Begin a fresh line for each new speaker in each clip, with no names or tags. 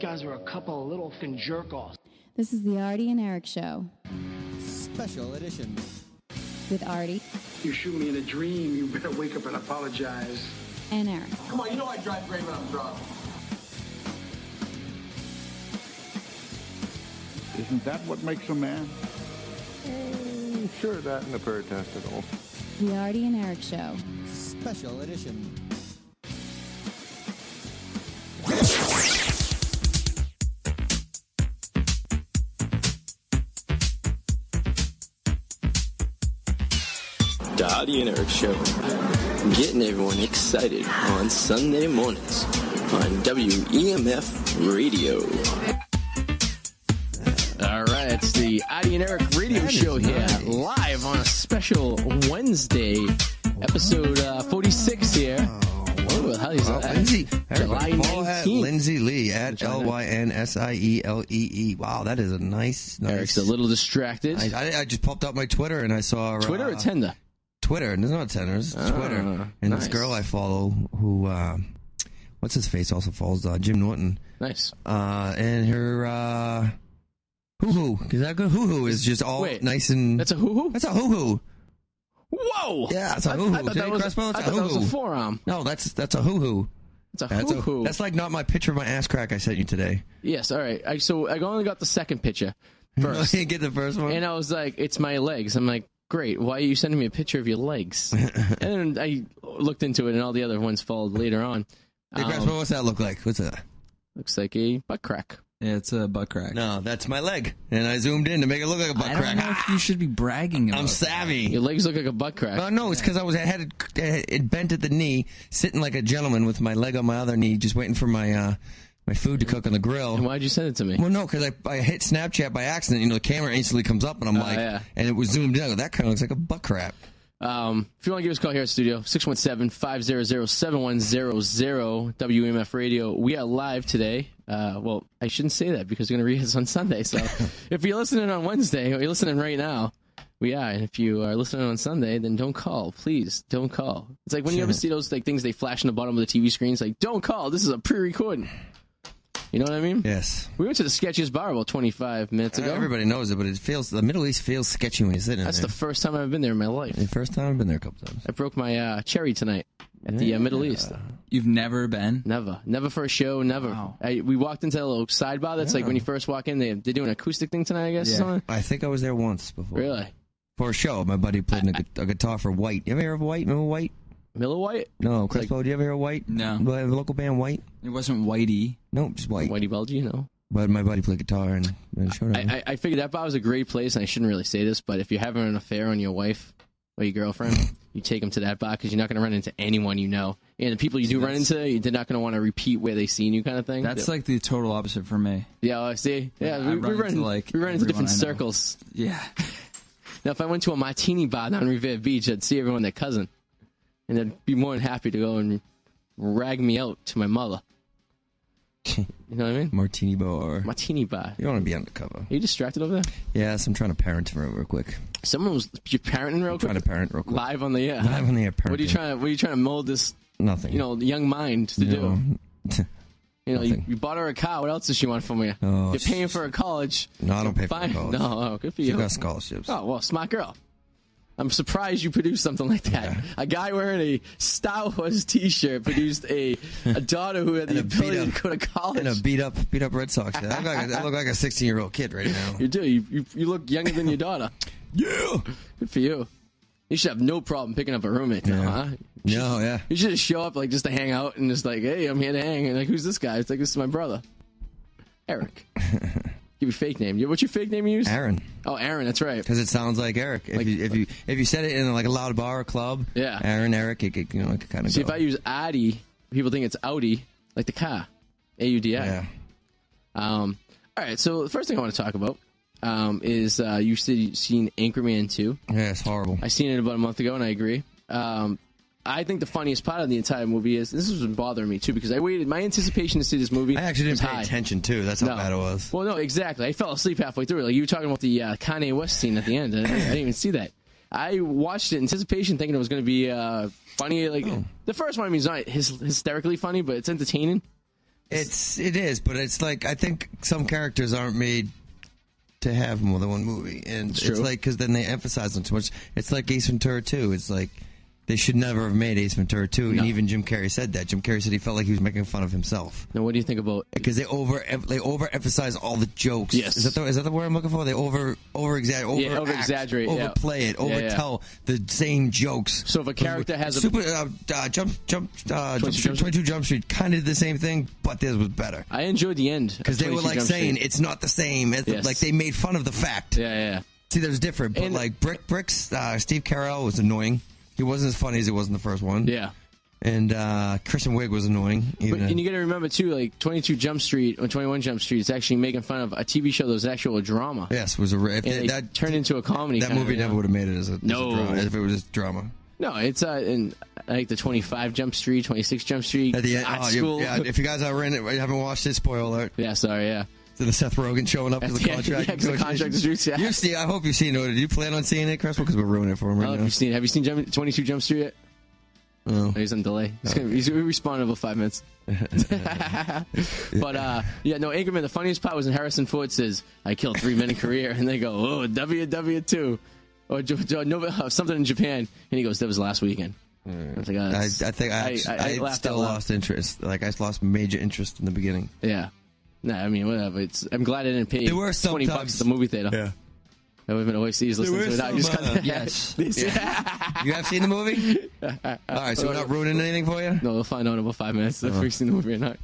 guys are a couple of little fin jerk offs.
This is the Artie and Eric Show
Special edition.
with Artie
You shoot me in a dream, you better wake up and apologize.
and Eric.
Come on, you know I drive great when I'm drunk.
Isn't that what makes a man?
Sure, that and a pair of testicles.
The Artie and Eric Show.
Special edition.
Dottie and Eric Show. Getting everyone excited on Sunday mornings on WEMF Radio. All right, it's the Adi and Eric Radio Show here, live on a special Wednesday episode uh, 46 here. Oh, how is
Well,
that?
Lindsay,
July
everybody follow at
19th.
Lindsay Lee at
Vagina.
L Y N S I E L E E. Wow, that is a nice, nice.
Eric's a little distracted.
I, I, I just popped up my Twitter and I saw uh,
Twitter or Tender?
Twitter. There's not Tinder. It's Twitter. And
nice.
this girl I follow, who uh, what's his face, also follows uh, Jim Norton.
Nice.
Uh, and her uh, hoo hoo. Is that good? Hoo hoo is just all
Wait,
nice and.
That's a hoo hoo?
that's a hoo hoo.
Whoa!
Yeah, it's a
I- I
hoo-hoo.
thought that
Jenny
was-
Crespo, it's
I
a
thought that was a
hoo-hoo.
forearm.
No, that's that's a hoo hoo.
It's a
That's a,
hoo-hoo.
that's like not my picture of my ass crack I sent you today.
Yes, all right. I, so I only got the second picture
I
first,
didn't get the first one.
and I was like, "It's my legs." I'm like, "Great, why are you sending me a picture of your legs?" and then I looked into it, and all the other ones followed later on.
Hey,
Um,
Crespo, what's that look like? What's that?
looks like a butt crack.
Yeah, it's a butt crack.
No, that's my leg, and I zoomed in to make it look like a butt
I
crack.
don't know if you should be bragging about
I'm
that.
savvy.
Your legs look like a butt crack.
Oh no, it's because I was I had it, it bent at the knee, sitting like a gentleman with my leg on my other knee, just waiting for my uh, my food to cook on the
And
grill.
why'd you send it to me?
Well, no, because I, I hit Snapchat by accident. You know, the camera instantly comes up, and I'm like,
yeah.
and it was zoomed in. I go, that kind of looks like a butt crap.
Um, if you want to give us a call here at studio, 617-500-7100, WMF Radio. We are live today. Uh, well, I shouldn't say that because we're going to read this on Sunday. So if you're listening on Wednesday or you're listening right now, we are. And if you are listening on Sunday, then don't call. Please, don't call. It's like when you ever see those like things they flash in the bottom of the TV screens, like, don't call. This is a pre-recording. You know what I mean?
Yes,
We went to the Sketchiest Bar about 25 minutes ago.
Uh, everybody knows it, but it feels the Middle East feels sketchy when you sit in
That's
there.
the first time I've been there in my life.
The first time I've been there a couple times.
I broke my uh, cherry tonight at the uh, Middle East.
You've never been?
Never, never for a show, never.
Wow.
I, we walked into a little sidebar that's like when you first walk in, they they do an acoustic thing tonight, I guess. Or
Yeah.
something.
I think I was there once before.
Really,
For a show, my buddy played a, gu- a guitar for White. You ever hear of White? Remember White?
Miller White,
No, Crespo. do you ever hear of White?
No.
Lo- The local band White?
It wasn't Whitey.
No, just White.
Whitey Bulger, you know.
But my buddy played guitar and, and showed
I, I I figured that bar was a great place, and I shouldn't really say this, but if you're having an affair on your wife or your girlfriend, you take them to that bar because you're not going to run into anyone you know, and the people you do run into, you- they're not going to want to repeat where they seen you, kind of thing.
That's like the total opposite for me.
yeah, I see, yeah,
Yeah, I
we,
run
we run
into, like,
we run into
everyone
different
I know.
circles.
Yeah.
Now, if I went to a martini bar down in Revere Beach, I'd see everyone their cousin, and they'd be more than happy to go and rag me out to my mother.
it.
You know what I mean?
Martini Bar.
Martini bar.
You don't want to be undercover.
Are you distracted over there?
Yes, I'm trying to parent real, real quick.
Someone was you parenting real quick.
Trying to parent real quick.
Live on the air.
Live on the air,
What are you
parenting.
trying? What are you trying to mold this?
Nothing.
You know, young mind to do.
do.
You know, you,
nothing.
you bought her a car. What else does she want from you?
Oh,
You're paying for her college.
No, I don't pay for
Fine.
her college.
No, oh, good for
You
you.
got scholarships.
Oh well, smart girl. I'm surprised you produced something like that. A guy wearing a Star Wars T-shirt produced a, a daughter who had the
And a beat
ability
up-
to go to college.
And a beat up, beat up Red Sox. I look like a, I look like a 16 year old kid right now.
you do. You, you you look younger than your daughter.
yeah.
Good for you. You should have no problem picking up a roommate. now,
Yeah.
huh?
No, yeah.
You should just show up like just to hang out and just like, hey, I'm here to hang. And like, who's this guy? It's like this is my brother, Eric. Give your fake name. You- What's your fake name you use?
Aaron.
Oh, Aaron. That's right.
Because it sounds like Eric. If,
Like-
you, if you if you said it in like a loud bar or club,
Yeah.
Aaron Eric, it could you know it could kind of
See,
go.
if I use Audi, people think it's Audi, like the car, A U D I.
yeah,
Um, all right, so the first thing I want to talk about um, is uh, you said you've seen Anchorman 2.
yeah, it's horrible.
I seen it about a month ago, and I agree. Um, I think the funniest part of the entire movie is this has been bothering me too because I waited. My anticipation to see this movie.
I actually
was
didn't pay
high.
attention too. That's how
No.
bad it was.
Well, no, exactly. I fell asleep halfway through. it. Like you were talking about the uh, Kanye West scene at the end. I, I didn't even see that. I watched it in anticipation, thinking it was
Oh.
going to be uh, funny. Like the first one, I mean, it's not hys- hysterically funny, but it's entertaining.
It's it is, but it's like I think some characters aren't made to have more than one movie, and it's,
true.
like because then they emphasize them too much. It's like Ace Ventura Two. It's like they should never have made Ace Ventura Two,
No.
and even Jim Carrey said that. Jim Carrey said he felt like he was making fun of himself
Now, what do you think about?
because they over they overemphasize all the jokes.
Yes.
is that the, is that the word I'm looking for? They over over exaggerate,
Yeah, over-exaggerate, yeah.
overplay it,
Yeah, yeah.
overtell the same jokes.
So if a character has a-
super uh, uh, jump jump uh,
22
jump
Jump
street,
Street?
twenty two jump street, kind of did the same thing, but theirs was better
I enjoyed the end
because they were like saying it's not the same. It's
Yes.
Like they made fun of the fact.
Yeah, yeah, yeah.
See, there's different, but
And-
like Brick Bricks, uh, Steve Carell was annoying. He wasn't as funny as he was in the first one.
yeah.
and uh, Kristen Wiig was annoying.
But,
Even
and you got to remember too, like 22 Jump Street or 21 Jump Street is actually making fun of a TV show that was actual drama,
yes, was a ra- if
and
they-
it
that
turned into a comedy.
That
kinda,
movie
you
never
know?
would have made it as a, as a
No.
drama if it was just drama.
No, it's uh, in I think the 25 Jump Street, 26 Jump Street,
At the end,
art
oh, you-
school.
yeah. If you guys are in it, haven't watched it, spoiler alert.
Yeah, sorry, yeah.
To the Seth Rogen showing up to the
Yeah,
contract.
yeah, 'cause the contract
negotiations.
is juicy, yeah.
You see, I hope you've seen it. Do you plan on seeing it, Chris? Because we're ruining it for him
I don't know
right
if
now.
you've seen. Oh, Have you seen Jump, 22 Jump Street yet?
No.
Oh, he's on delay. He's, gonna, he's gonna respond in about five minutes. but uh, yeah, no, Anchorman. The funniest part was when Harrison Ford says, "I killed three men in Korea," and they go, "Oh, WW two, or J- J- no, uh, something in Japan," and he goes, "That was last weekend." I was like, oh,
Mm. I, I
that's-
think I,
I- I
I,
laughed
still
out loud.
lost interest. Like I lost major interest in the beginning.
yeah. No, I mean, whatever. It's, I'm glad I didn't pay
There were
twenty bucks
sometimes-
at the movie theater. I would have been overseas listening
were
to it. I just got
some, uh,
that.
yes.
This-
You have seen the movie? All right, so we're not ruining anything for you.
No, we'll find out in about five minutes
Uh-huh.
if we've seen the movie or not.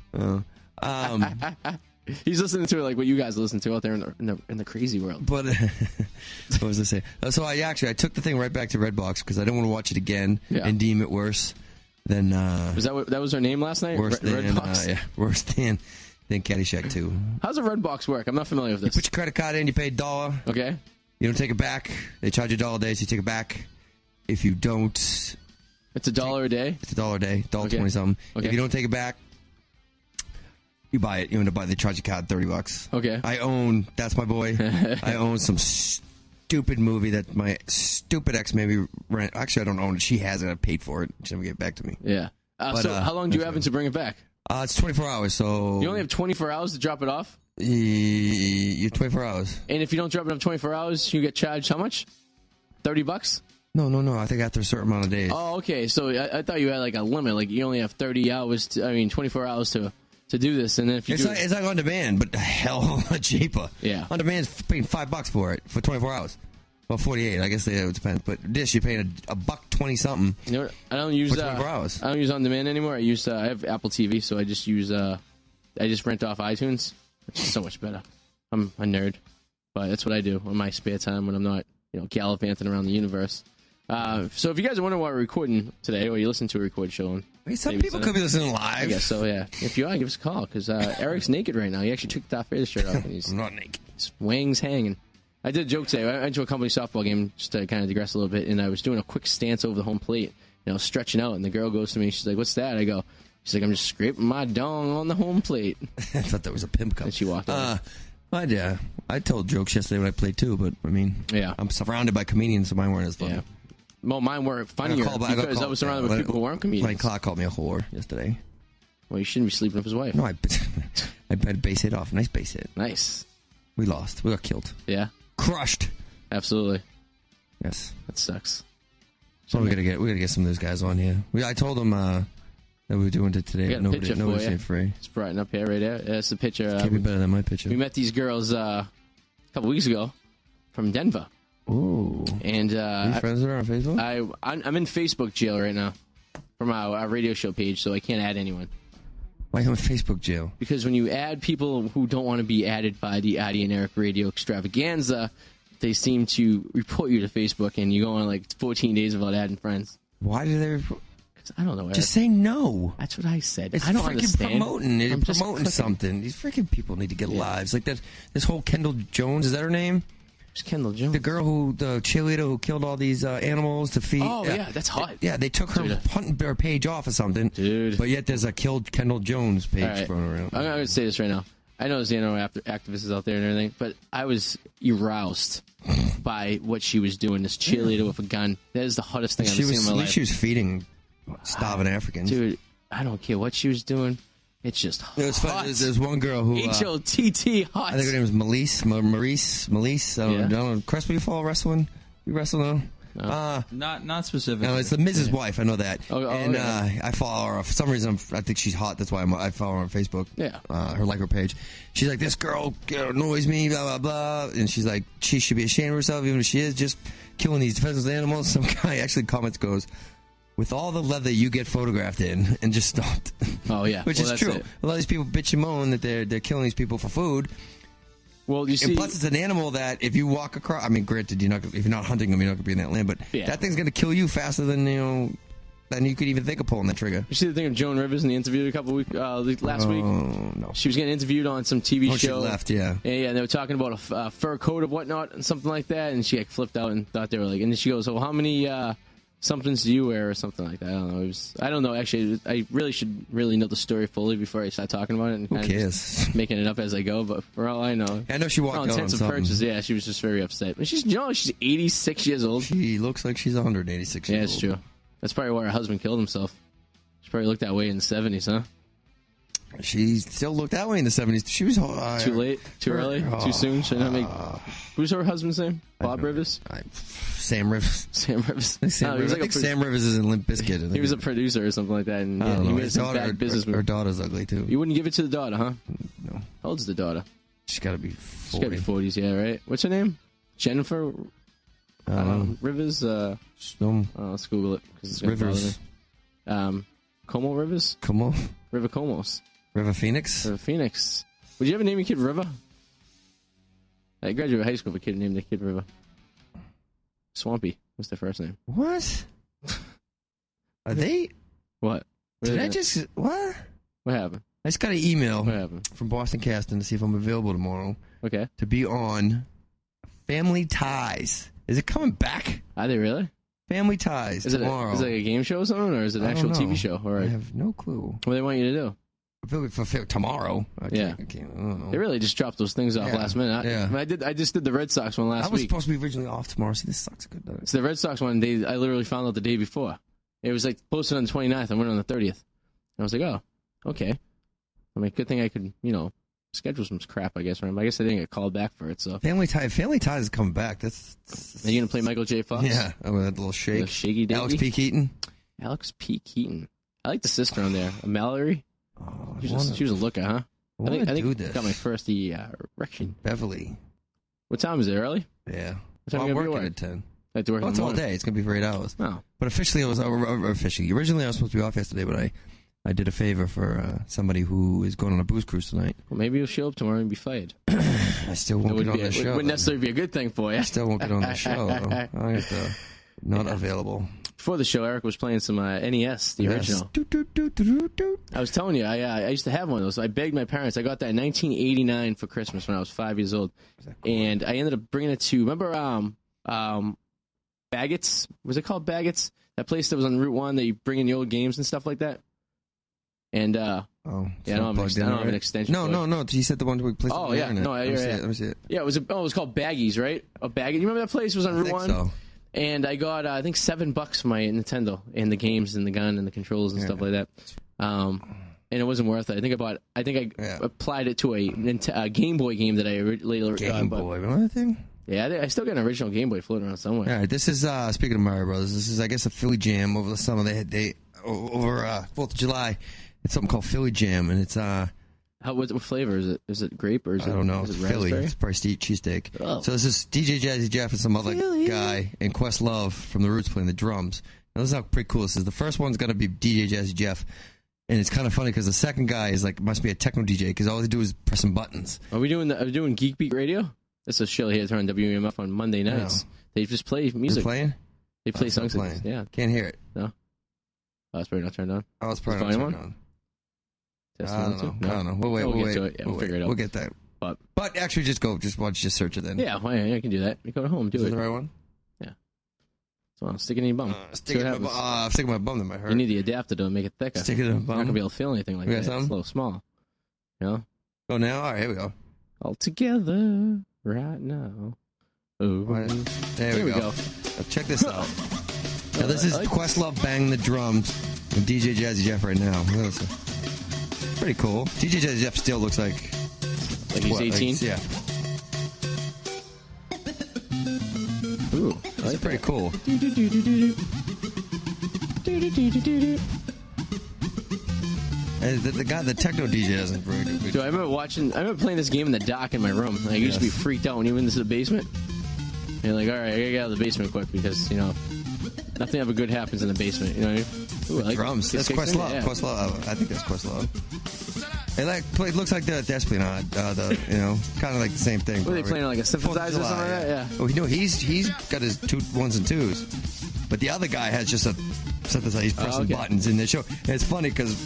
Um,
He's listening to it like what you guys listen to out there in the in the, in the crazy world.
but what was I saying? Uh, So I actually I took the thing right back to Redbox because I didn't want to watch it again
Yeah.
and deem it worse than uh,
Was that what, that was her name last night?
worse
Red,
than
Redbox?
Uh, yeah, worse than than Caddyshack Two.
How does a red box work? I'm not familiar with
You
this.
put your credit card in, you pay a dollar,
okay.
you don't take it back. They charge you a dollar a day, so you take it back. If you don't, it's
It's a dollar a day.
a dollar a day, dollar
Okay.
twenty something.
Okay.
If you don't take it back, you buy it. You end up buying. They charge your card thirty bucks.
Okay.
I own. That's my boy. I own some stupid movie that my stupid ex made me rent. Actually, I don't own it. She has it. I paid for it. She never gave it back to me.
yeah. Uh,
But,
so
uh,
how long do you
that's
have
fine.
to bring it back?
Uh, it's twenty four hours. So
You only have 24 hours to drop it off,
you're twenty four hours.
and if you don't drop it off 24 hours, you get charged how much? 30 bucks.
No, no, no. I think after a certain amount of days.
Oh, okay. So I, I thought you had like a limit. Like you only have 30 hours. To, I mean, 24 hours to to do this, and then if you
It's
do,
like,
it-
it's like on demand, but hell, a lot cheaper.
Yeah.
on demand's paying five bucks for it for twenty four hours. Well, forty eight. I guess they- it depends. But this, you're paying a, a buck twenty something.
you know, what? I don't use
for 24
uh,
hours.
I don't use on demand anymore. I use uh, I have Apple TV, so I just use uh, I just rent off iTunes, which is so much better. I'm a nerd, but that's what I do in my spare time when I'm not you know gallivanting around the universe. Uh, so if you guys are wondering why we're recording today, or you listen to a record show, and
I mean, some
Maybe
people
so.
could be listening
I
live.
guess so, yeah. If you are, give us a call because uh, Eric's naked right now. He actually took that his shirt off and he's
I'm not naked.
his wings hanging. I did a joke today. I went to a company softball game just to kind of digress a little bit, and I was doing a quick stance over the home plate, you know, stretching out. And the girl goes to me, she's like, "What's that?" I go, "She's like, I'm just scraping my dong on the home plate."
I thought that was a pimp cup.
And she walked away.
Uh, I, yeah, I told jokes yesterday when I played too, but I mean,
Yeah.
I'm surrounded by comedians, so mine weren't as funny.
Yeah. Well, mine weren't
I got
funnier
called by- got
because I,
called-
was
yeah,
surrounded with
when-
people who weren't comedians.
When Clark called me a whore yesterday.
Well, you shouldn't be sleeping with his wife.
No, I, I bet base hit off. Nice base hit.
Nice.
We lost. We got killed.
Yeah.
Crushed.
Absolutely.
Yes.
That sucks.
So we gotta get we gotta get some of those guys on here. We, I told them uh, that we were doing it
I
today.
got
but
a
Nobody,
picture for
nobody
ya.
stayed free.
It's bright up here, right there. That's the picture. Uh,
Can't be better than my picture.
we met these girls uh, a couple weeks ago from Denver,
Ooh.
and uh,
Are you friends with her on Facebook?
I I'm, I'm in Facebook jail right now from our, our radio show page, so I can't add anyone
Why am I in Facebook jail?
because when you add people who don't want to be added by the Addy and Eric Radio Extravaganza, they seem to report you to Facebook, and you go on like 14 days without adding friends.
Why do they? repro-
'Cause I don't know. Eric.
Just say no.
That's what I said.
It's
I don't
freaking
understand.
promoting. It's
I'm just
promoting
clicking.
something. These freaking people need to get lives. Like that. This whole Kendall Jones is that her name?
It's Kendall Jones.
The girl who the cheerleader who killed all these uh, animals to feed.
oh yeah. that's hot.
Yeah, they took her
Dude.
hunting bear page off or something.
Dude.
But yet there's a killed Kendall Jones page
All right.
thrown around.
I'm going to say this right now. I know Xeno after activists out there and everything, but I was aroused by what she was doing. This cheerleader with a gun. That is the hottest thing I've
she
seen
was
in my
at
life. Ah,
least she was feeding starving Africans.
Dude, I don't care what she was doing. It's just hot.
It was fun. There's, there's one girl who.
H
Uh,
O T T hot.
I think her name was Melise. Ma- Maurice. Melise. Uh,
Yeah.
I don't know. Crest, you follow wrestling? You wrestling? No. Uh,
Not not specific.
no, it's the Mrs. Wife. I know that.
Oh, oh,
and
yeah.
uh, I follow her. For some reason, I'm- i think she's hot. That's why I'm, I follow her on Facebook.
Yeah.
Uh, her like her page. She's like, this girl annoys me, blah, blah, blah. And she's like, she should be ashamed of herself, even if she is just killing these defenseless animals. Some guy actually comments, goes, with all the leather you get photographed in and just stopped.
Oh yeah,
Which
Well,
is
that's
true.
it.
A lot of these people bitch and moan that they're they're killing these people for food.
Well, you see,
and plus, it's an animal that if you walk across, I mean, granted, you're not if you're not hunting them, you're not gonna be in that land. But
Yeah.
that thing's gonna kill you faster than you know than you could even think of pulling the trigger.
you see the thing of Joan Rivers in the interview a couple week uh, the- last
oh,
week.
no.
She was getting interviewed on some TV
Oh, she
show.
left, yeah.
Yeah, yeah, and they were talking about a f- uh, fur coat of whatnot and something like that, and she like flipped out and thought they were like, and then she goes, "Well, how many uh, somethings do you wear or something like that?" I don't know. It was, I don't know. Actually, I really should really know the story fully before I start talking about it. And
Who
kinda just
cares?
Making it up as I go, but for all I know,
I know she
for
walked
all
out on
intents and
something.
purposes, yeah, she was just very upset. But she's you know, she's 86 years old.
She looks like she's 186
Yeah,
years
it's
old.
true. That's probably why her husband killed himself. She probably looked that way in the 70s, huh?
She still looked that way in the 70s. She was uh,
Too late? Too
her-
early?
oh,
Too soon? Should not make. Who's her husband's name? Bob
know.
Rivers?
I- Sam Rivers.
Sam Rivers?
Sam
No, he
Rivers.
was like
I
a
think
pro-
Sam Rivers is in Limp Bizkit. I think.
He was a producer or something like that, and
I
yeah,
don't
he
know.
made
His
some
daughter, her-
bad business
her, her
move.
daughter's ugly too.
You wouldn't give it to the daughter, huh?
No.
How old's the daughter?
She's got to be
She's got to
40.
be 40s, yeah, right? What's her name? Jennifer
I
I
don't
don't
know.
know. Rivers? Uh,
Some
oh, let's Google it. 'cause it's gonna bother
rivers.
me. Um, Como Rivers?
Come on.
River Comos.
River Phoenix?
River Phoenix. Would you ever name your kid River? I graduated high school with a kid named the kid River. Swampy was their first name.
What? Are they?
What? What
Did
is
I
it?
just. What?
What happened?
I just got an email
What happened?
from Boston Casting to see if I'm available tomorrow
Okay.
to be on Family Ties. Is it coming back?
Are they really?
Family Ties
Is it, a,
tomorrow.
is it like a game show or something, or is it an
I don't
actual TV
know.
show? All
I
right.
have no clue.
What do they want you to do?
For, for, for tomorrow. I
Yeah.
can't, I, can't, I don't know.
They really just dropped those things off
Oh. Yeah.
last minute. I,
Yeah.
I did. I just did the Red Sox one
I
last
was
week.
supposed to be originally off tomorrow. See, this sucks. Good night.
So the Red Sox one, they I literally found out the day before. It was like posted on the 29th. I went on the 30th. And I was like, oh, okay. I mean, good thing I could, you know, schedule some crap, I guess, right? But I guess I didn't get called back for it, so.
Family Ties. Family Ties is coming back. That's. that's-
Are you going to play Michael J. Fox?
Yeah. I'm gonna have a little
The
shake.
Shiggy Dingy?
Alex P. Keaton.
Alex P. Keaton. I like the sister on there. Mallory?
Oh, I
She was,
wanna-
a, she was a looker, huh?
I
I
want
think,
to
I
do
think
this.
got my first uh, erection.
Beverly.
What time is it, early?
Yeah.
time
Well,
you
I'm
gotta be
working
awake?
at 10.
I have to work
Well,
in
Oh, it's
the
all
morning.
day. It's going to be for eight hours.
Oh,
But officially, I was or- or- or officially. Originally, I was supposed to be off yesterday, but I, I did a favor for uh, somebody who is going on a booze cruise tonight.
well, maybe you'll show up tomorrow and be fired.
I still won't
That
get
wouldn't
on
be a-
the show.
wouldn't necessarily be a good thing for you.
I still won't get on the show. though. I have to, not available.
Before the show, Eric was playing some uh, NES, the
Yes.
original.
Doot, doot, doot, doot, doot.
I was telling you, I uh, I used to have one of those. I begged my parents. I got that in 1989 for Christmas when I was five years old, and I ended up bringing it to remember um um Baggett's was it called Baggett's that place that was on Route One that you bring in the old games and stuff like that. And uh
Oh, it's
Yeah, I
not
don't have an
plugged
ex-
in,
I don't have an
right?
extension
No,
cord.
no, no. You said the one we placed
Oh,
on the
yeah.
internet.
No, yeah,
Let me see
yeah.
it. Let me see it.
yeah, it was a, oh it was called Baggies, right? A Baggett. You remember that place It was on
I
Route
think
One?
so.
and I got uh, I think seven bucks for my Nintendo and the games and the gun and the controls and stuff like that. Um, and it wasn't worth it. I think I bought. I think I
Yeah.
applied it to a, Nint- a Game Boy game that I ori- later uh,
Game
bought.
Boy. Remember that thing?
Yeah, I, think- I still got an original Game Boy floating around somewhere.
All right, this is uh, speaking of Mario Brothers. This is, I guess, a Philly Jam over the summer. They had they o- over uh, Fourth of July. It's something called Philly Jam, and it's uh,
How what, what flavor is it? Is it grape or is
I
it?
don't know,
Is
it's
it
Philly.
raspberry?
It's probably ste- cheesesteak.
Oh.
So this is DJ Jazzy Jeff and some other guy and Quest Love from the Roots playing the drums. Now this is how pretty cool this is. The first one's gonna be DJ Jazzy Jeff, and it's kind of funny because the second guy is like must be a techno DJ because all they do is press some buttons.
Are we doing the, are we doing Geek Beat Radio? That's a show here on WMF on Monday nights. They just play
Is it
music.
playing?
They play
Oh, it's not playing.
songs. Yeah,
Can't hear it.
oh, it's probably not turned on.
Oh, it's probably
Is
not
volume
turned on.
Test
I
one,
don't know.
two? No?
I don't know. We'll wait.
We'll
we'll
get to
wait.
it. Yeah,
we'll,
we'll figure it out.
We'll get that.
But-
but actually, just go. Just watch. Just search it then.
Yeah, well, yeah, I can do that. You go to home, do
Is that
it.
the right one?
So I'll stick it in your bum.
Uh,
See
stick it
what
in my, bu-
happens.
uh, I'm sticking my bum. That might hurt.
You need the adapter to make it thicker.
Stick it in my
You're not gonna
bum.
be able to feel anything like
You got
that. It's a
something?
little small. You know?
oh, now. All right. Here we go.
All together right now. Ooh.
Why- There,
Here
we, go.
go.
Now check this out. Now this
I
is
like this.
Questlove bang the drums and DJ Jazzy Jeff right now. Listen. pretty cool. DJ Jeff still looks like
Like he's
what, like,
18.
yeah,
Ooh, I
that's
like
pretty
that.
cool. And the, the guy, the techno DJ, doesn't really do good.
Dude, I remember watching. I remember playing this game in the dock in my room. Like, I used to be
Yes.
freaked out when you went into the basement. You're like, all right, I gotta get out of the basement quick because you know nothing ever good happens in the basement. You know what I mean? Ooh, I like
Drums.
this
That's
kick thing,
Questlove.
yeah.
Questlove. I think that's Questlove. It like play, looks like the Desplinade. Uh, the you know kind of like the same thing.
What are they
probably.
playing, like a synthesizer or
Fourth of
something
July,
like that? Yeah.
Oh, you know he's he's got his two ones and twos, but the other guy has just a synthesizer. He's pressing
Oh, okay.
buttons in the show. And it's funny because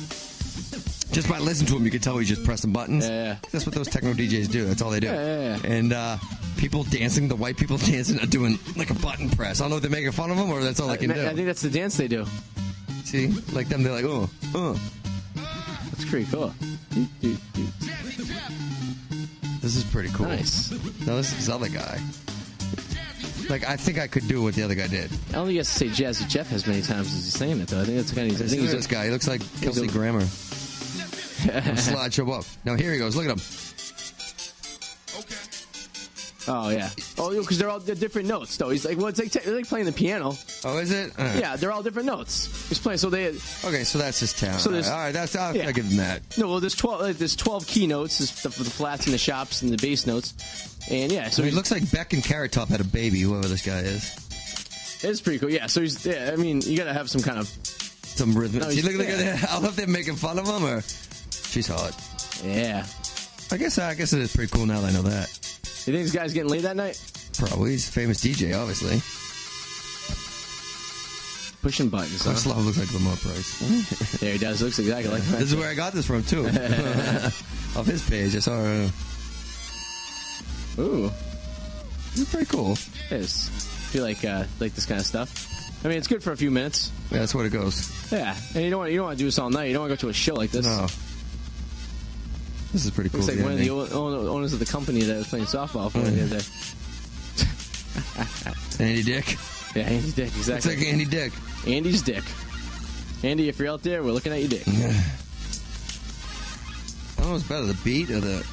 just by listening to him, you can tell he's just pressing buttons.
Yeah, yeah.
That's what those techno DJs do. That's all they do.
Yeah, yeah, yeah.
And uh, people dancing, the white people dancing, are doing like a button press. I don't know if they're making fun of him or that's all they can
Uh, I,
do.
I think that's the dance they do.
See, like them, they're like, oh, oh.
That's pretty cool.
This is pretty cool.
Nice.
Now this is this other guy. Like I think I could do what the other guy did.
I don't think you have to say Jazzy Jeff as many times as he's saying it, though. I think that's kind of. I
This,
think
is
he's
this
just.
guy. He looks like Kelsey
a-
Grammer. Slideshow up. Now here he goes. Look at him.
Oh yeah. Oh, because they're all they're different notes, though. He's like, well, it's like, it's like playing the piano.
Oh, is it? Uh,
Yeah, they're all different notes. He's playing. So they.
Okay, so that's his talent.
So
all
there's-
right, that's I'll,
Yeah.
I'll give him that.
No, well, there's twelve. Uh, there's twelve key notes, there's the, the flats and the shops and the bass notes, and yeah. So
So he
he's-
looks like Beck and Carrot Top had a baby. Whoever this guy is,
it's pretty cool. Yeah. So he's. Yeah. I mean, you gotta have some kind of.
some rhythm.
No,
See,
he's-
look, look at
yeah.
that. I don't know if they're making fun of him or she's hot.
Yeah.
I guess I guess it is pretty cool now that I know that.
You think this guy's getting laid that night?
Probably he's a famous DJ, obviously.
Pushing buttons. Huh?
Questlove looks like Lamar Price.
Mm-hmm. There he does. Looks exactly like that.
This is where I got this from too. Off his page, I saw. Uh,
Ooh.
this is pretty cool.
It is. I feel like uh, like this kind of stuff. I mean, it's good for a few minutes.
Yeah, that's what it goes.
Yeah, and you don't want you don't want to do this all night. You don't want to go to a show like this.
No, this is pretty cool.
Looks like
the
one of the
ending.
o- own- owners of the company that was playing softball for
Mm.
the other day.
Andy Dick.
Yeah, Andy Dick,
Looks
exactly.
like Andy Dick.
Andy's dick. Andy, if you're out there, we're looking at your dick.
I don't know what's better, the beat or the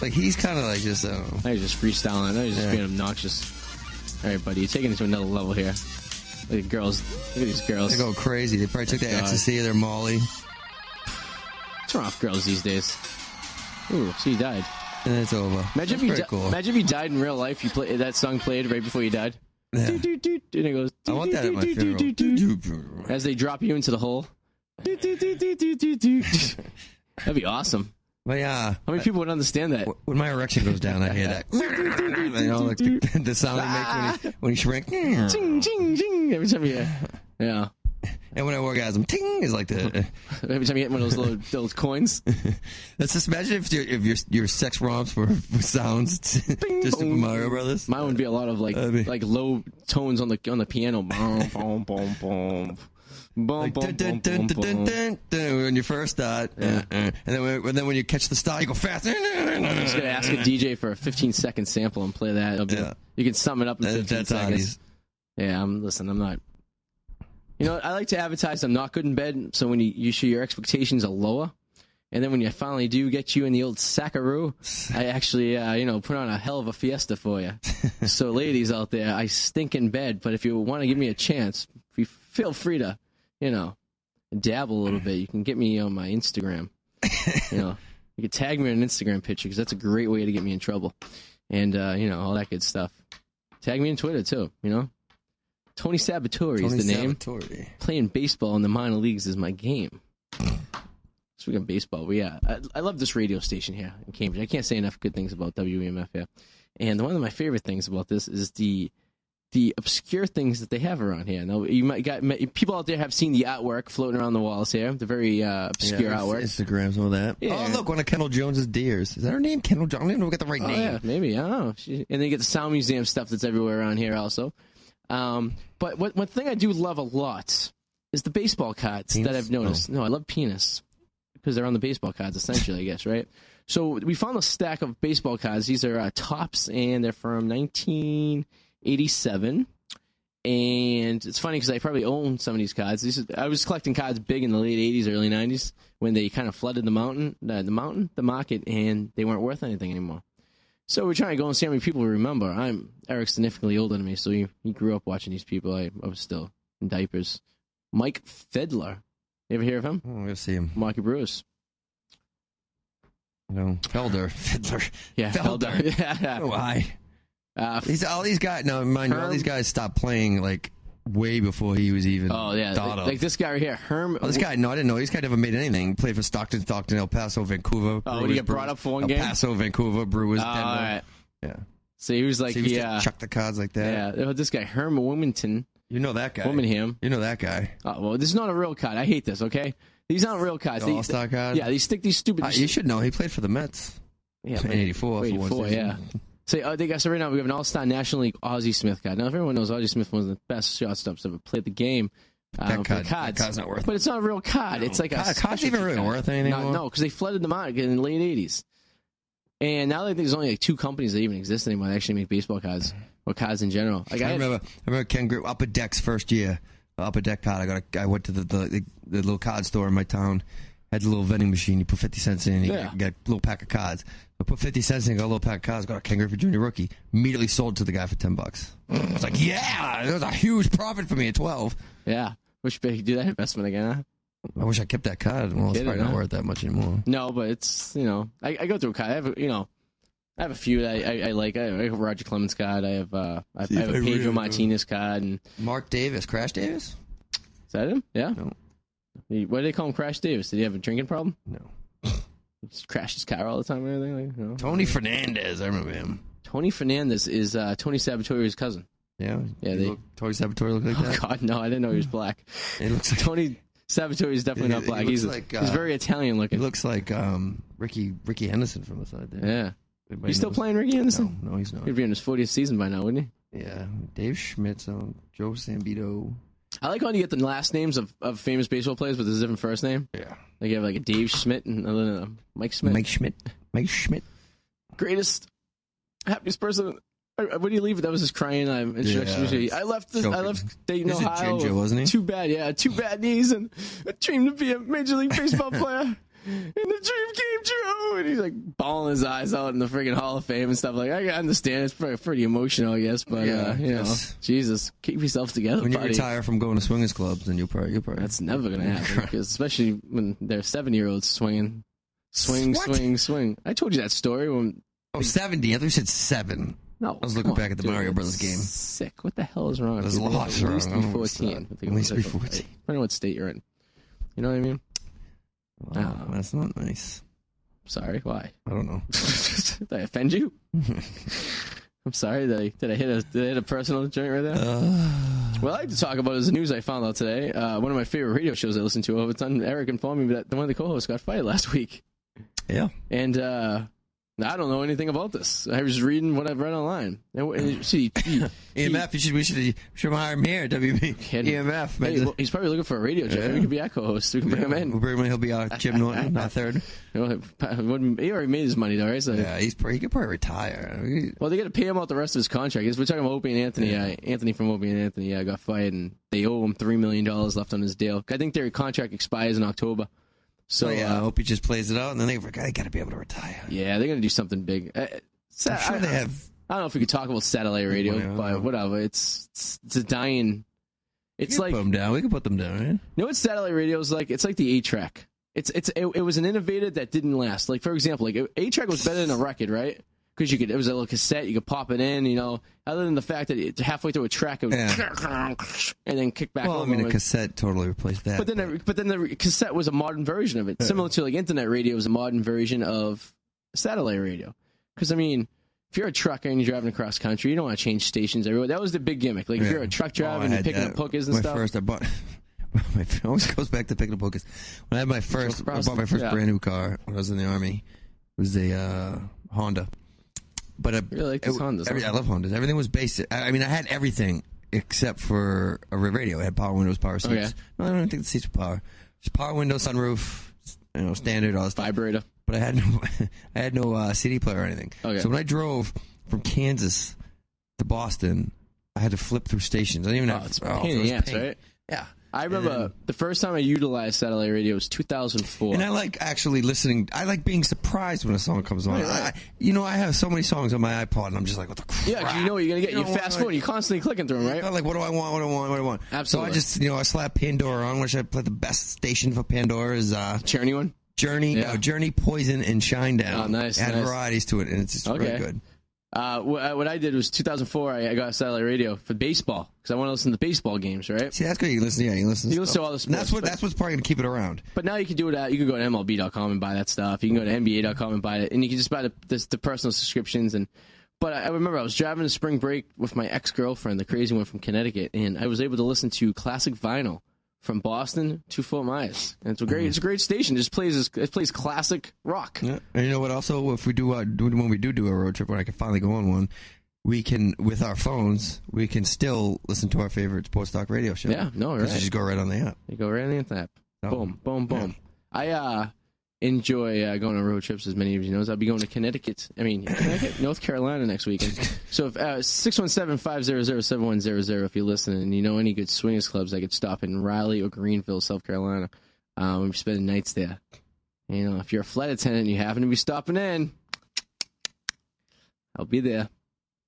like. He's kind of like just. uh, I don't know.
Now he's just freestyling. Now he's just
Yeah.
being obnoxious. All right, buddy, you're taking it to another level here. Look at girls. Look at these girls.
They go crazy. They probably took their
God.
ecstasy, their Molly,
Turn off girls these days. Ooh, she died.
and it's over.
Imagine
That's
if you
pretty
di-
cool.
imagine if you died in real life. You play that song played right before you died.
Yeah.
Doot, doot, doot, and it goes.
I want that at my
doot,
funeral.
doot, doot, doot, doot, As they drop you into the hole. Doot, doot, doot, doot, doot, doot, doot. That'd be awesome.
But yeah,
How many people would understand that?
when my erection goes down, I hear that. you know, like the, the sound they make when you, when you shrink. And
Ching, ching, ching. Every time you, yeah,
when I orgasm, ting is like the.
every time you hit one of those little those coins.
Let's just imagine if your if your your sex romps were were sounds just Super
boom.
Mario Brothers.
Mine would be a lot of like
That'd be-
like low tones on the on the piano. Boom, boom, boom, boom. Boom,
Like,
boom,
dun, dun, dun,
boom, boom,
dun, dun,
boom.
dun, dun, when you first start, uh, uh, and then when, and then when you catch the star, you go fast.
I'm just gonna ask a DJ for a 15 second sample and play that. It'll be-
Yeah.
You can sum it up in 15
That- That's
seconds.
oddies.
Yeah, I'm listen. I'm not. You know, I like to advertise. I'm not good in bed. So when you, you show your expectations are lower, and then when you finally do get you in the old sackaroo, I actually, uh, you know, put on a hell of a fiesta for you. so ladies out there, I stink in bed, but if you want to give me a chance, f- feel free to, you know, dabble a little bit. You can get me on my Instagram. You know, you can tag me on an Instagram picture because that's a great way to get me in trouble, and uh, you know all that good stuff. Tag me on Twitter too. You know. Tony Sabatore
Tony
is the name.
Salvatore.
Playing baseball in the minor leagues is my game. Speaking of baseball, we uh, I, I love this radio station here in Cambridge. I can't say enough good things about WEMF here. And one of my favorite things about this is the the obscure things that they have around here. Now you might got people out there have seen the artwork floating around the walls here, the very uh,
Yeah,
obscure artwork.
Instagram, some of that.
Yeah.
Oh, look, one of Kendall Jones's deers. Is that her name? Kendall Jones? I don't even know if we got the right
Oh,
name.
yeah, maybe. I don't know. She- And then you get the sound museum stuff that's everywhere around here also. Um, but what, one thing I do love a lot is the baseball cards
Penis?
that I've noticed. No, I love penis because they're on the baseball cards essentially, I guess, right? So we found a stack of baseball cards. These are uh, tops, and they're from 1987. and it's funny because I probably own some of these cards. These is, I was collecting cards big in the late '80s, early '90s when they kind of flooded the mountain, uh, the mountain, the market, and they weren't worth anything anymore. So we're trying to go and see how many people remember. I'm Eric's significantly older than me, so he, he grew up watching these people. I, I was still in diapers. Mike Fedler, you ever hear of him?
Oh, I'm gonna see him.
Marky Bruce.
No, Felder, Fiddler.
Yeah,
Felder.
Yeah.
Oh, I.
Uh, f-
These all these guys. No, mind you, all these guys stopped playing like way before he was even.
oh yeah,
thought
like,
of.
like this guy right here, Herm.
Oh, this guy, no, I didn't know. This guy never made anything. Played for Stockton, Stockton, El Paso, Vancouver.
Oh,
Brewers,
he
Brewers,
got brought up for one
El
game?
Paso, Vancouver, Brewers,
Oh,
Denver.
all right.
Yeah.
So he was like,
so he used
yeah,
to chuck the cards like that.
yeah. Oh, This guy Herm Wilmington,
You know that guy.
Wilmingham.
You know that guy.
Oh, well, this is not a real card. I hate this. Okay, these aren't real cards.
The
They-
All-Star card?
Yeah, they stick these stupid.
Uh, you should know. He played for the Mets
yeah,
in
man.
'84. for one
84,
season.
yeah. So uh, they got so right now we have an all-star National League Ozzy Smith card. Now if everyone knows Ozzy Smith was one of the best shortstops ever played the game. Um,
That
for
card-
the
that
cards.
card's not worth
But it's not a real card. It's like a
Card- card's
specialty
even really
card.
worth anything
No,
anymore?
no, because they flooded the market in the late '80s, and now like, there's only like two companies that even exist anymore that actually make baseball cards or cards in general. Like I,
I
had-
remember. I remember Ken Griffey, Upper Deck's first year. Upper Deck card. I got. A, I went to the, the the the little card store in my town. Had a little vending machine. You put fifty cents in. You
Yeah.
got, got a little pack of cards. I put fifty cents in. Got a little pack of cards. Got a Ken Griffey Jr. rookie. Immediately sold to the guy for ten bucks. I was like, yeah, it was a huge profit for me at twelve.
yeah, wish they could do that investment again. Huh?
I wish I kept that card. Well, it's
Kidding,
probably not
huh?
worth that much anymore.
No, but it's you know I, I go through cards. I have a- you know I have a few that I, I, I like. I have a Roger Clemens card. I have uh, I, I
See if
have a
I
Pedro
really-
Martinez card and.
Mark Davis, Crash Davis.
Is that him? Yeah.
No.
He- What do they call him? Crash Davis? Did he have a drinking problem?
No.
He just crashed his car all the time and everything. Like, you know?
Tony Fernandez. I remember him.
Tony Fernandez is uh, Tony Sabatore's cousin.
Yeah.
Yeah,
You
they-
Look, Tori Sabatore looked like
Oh
that.
God, no! I didn't know he was black.
It looks like
Tony Sabatore is definitely
He-
not
he
black.
looks
he's
like, uh,
he's very Italian
He
looking.
looks like um, Ricky Ricky Henderson from the side there.
yeah.
Everybody
He's still
knows-
playing Ricky Anderson.
No, no, he's not.
He'd be in his 40th season by now, wouldn't he?
Yeah, Dave Schmitz, um, Joe Sambito.
I like when you get the last names of, of famous baseball players with a different first name.
Yeah,
Like you have like a Dave Schmidt and uh, Mike Schmidt.
Mike Schmidt. Mike Schmidt.
greatest, happiest person. I- I- What do you leave? That was his crying. I'm introduction.
Yeah,
music. I left. This, I
joking.
left Dayton,
He's a
Ohio.
ginger,
with
wasn't he?
Two bad, yeah, two bad knees, and a dream to be a major league baseball player. And the dream came true. And he's like bawling his eyes out in the freaking Hall of Fame and stuff. Like I understand, it's pretty, pretty emotional, I guess. But
Yeah,
uh, you
yes.
know, Jesus, keep yourself together,
When you
buddy.
retire from going to swingers clubs, then you'll probably you'll probably
That's never gonna happen, 'cause especially when they're seven year olds swinging, swing,
What?
swing, swing. I told you that story when
oh, 70. I thought you said seven.
No,
I was looking
come on,
back at the
dude,
Mario Brothers
that's
game.
Sick. What the hell is wrong?
There's
People
lots
have At least
wrong. I
be
don't know what's that.
fourteen. I think
At
it
least
was
be
like a-
14.
I don't know what state you're in. You know what I mean? Ah.
Wow, that's not nice.
Sorry. Why?
I don't know.
did I offend you? I'm sorry. Did I, did I hit a did I hit a personal joint right there?
Uh.
What I like to talk about is the news I found out today. Uh, one of my favorite radio shows I listen to over time. Eric informed me that one of the co-hosts got fired last week.
Yeah.
And uh, I don't know anything about this. I was reading what I've read online. And, and see, he- he-
EMF, E you should, we should, we should hire him here at WB.
Kidding.
EMF.
Hey,
E man,
well, he's probably looking for a radio show.
Yeah.
Maybe he could be our co-host. We can bring him
We'll
in.
bring him in. He'll be our Jim Norton, our third.
You know, it wouldn't- He already made his money, though, right? So,
Yeah, he's pr- he could probably retire. He-
Well, they got to pay him out the rest of his contract. We're talking about Opie and Anthony. Uh, Anthony from Opie and Anthony uh, got fired, and they owe him three million dollars left on his deal. I think their contract expires in October. So
So Oh, yeah, I
uh,
hope he just plays it out, and then they, they got to be able to retire.
yeah, they're gonna do something big. Uh, sa-
I'm sure
I-
they have.
I don't know if we could talk about satellite radio,
Yeah, I
but
know.
whatever. It's it's, it's a dying. It's
we can
like
put them down. We can put them down. Right?
You know what satellite radio is like? It's like the A track. It's it's it, it was an innovator that didn't last. Like for example, like A track was better than a record, right? Because you could it was a little cassette, you could pop it in, you know. Other than the fact that it, halfway through a track, it would and then kick back.
Well, I
over
mean, a
with-
cassette totally replaced that.
but then the, but then the cassette was a modern version of it, similar to like internet radio is a modern version of satellite radio. Because I mean. If you're a trucker and you're driving across country, you don't want to change stations everywhere. That was the big gimmick. Like if
Yeah.
you're a truck
Oh, I
driver and you're
had
picking
that.
up hookers and
my
stuff.
First, I bought. My it always goes back to picking up hookers. When I had my first, I bought my first
Yeah.
brand new car when I was in the army. It was a uh, Honda. But I
really like these
it-
Hondas,
every-
huh?
I love Hondas. Everything was basic. I, I mean, I had everything except for a radio. It had power windows, power seats.
yeah.
No, I don't think the seats were power. Just power windows, sunroof, you know, standard, all that stuff
vibrator.
but I had no, I had no uh, CD player or anything.
Okay.
So when I drove from Kansas to Boston, I had to flip through stations. I didn't even
Oh,
have.
it's a
oh,
pain in
it
the
was
ass,
pain.
right?
Yeah.
I remember the first time I utilized satellite radio was 2004.
And I like actually listening. I like being surprised when a song comes on. I, you know, I have so many songs on my iPod, and I'm just like, what the crap?
yeah, 'cause you know what you're gonna get. You,
know what?
fast forward. You're constantly clicking through them, right?
I'm like, what do I want? What do I want? What do I want?
Absolutely.
So I just, you know, I slap Pandora on, which I put the best station for Pandora is uh,
Cheer anyone?
Journey,
Yeah.
no, Journey, Poison, and Shinedown.
Oh, nice,
Add
nice.
varieties to it, and it's just
Okay.
really good.
Uh, what, I- what I did was 2004. I, I got satellite radio for baseball because I want to listen to baseball games, right?
See, that's good. You listen, yeah, you listen.
You listen to all the
this. That's
sports,
what.
but-
That's what's probably gonna keep it around.
But now you can do it. At, you can go to MLB.com and buy that stuff. You can go to NBA.com and buy it, and you can just buy the the, the personal subscriptions. And but I, I remember I was driving to spring break with my ex girlfriend, the crazy one from Connecticut, and I was able to listen to classic vinyl from Boston to Fort Myers. And it's a great. It's a great station. It just plays it plays classic rock.
Yeah. And you know what? Also, if we do uh, do- when we do do a road trip, when I can finally go on one, we can with our phones, we can still listen to our favorite sports talk radio show.
Yeah, no,
'Cause
right.
you just go right on the app.
You go right into that.
No.
Boom, boom, boom. I uh, enjoy uh, going on road trips, as many of you know. I'll be going to Connecticut. I mean, Connecticut, North Carolina next weekend. So if uh, six one seven five zero zero seven one zero zero, if you're listening and you know any good swingers clubs, I could stop in Raleigh or Greenville, South Carolina. Um, I'm spending nights there. You know, if you're a flight attendant and you happen to be stopping in, I'll be there.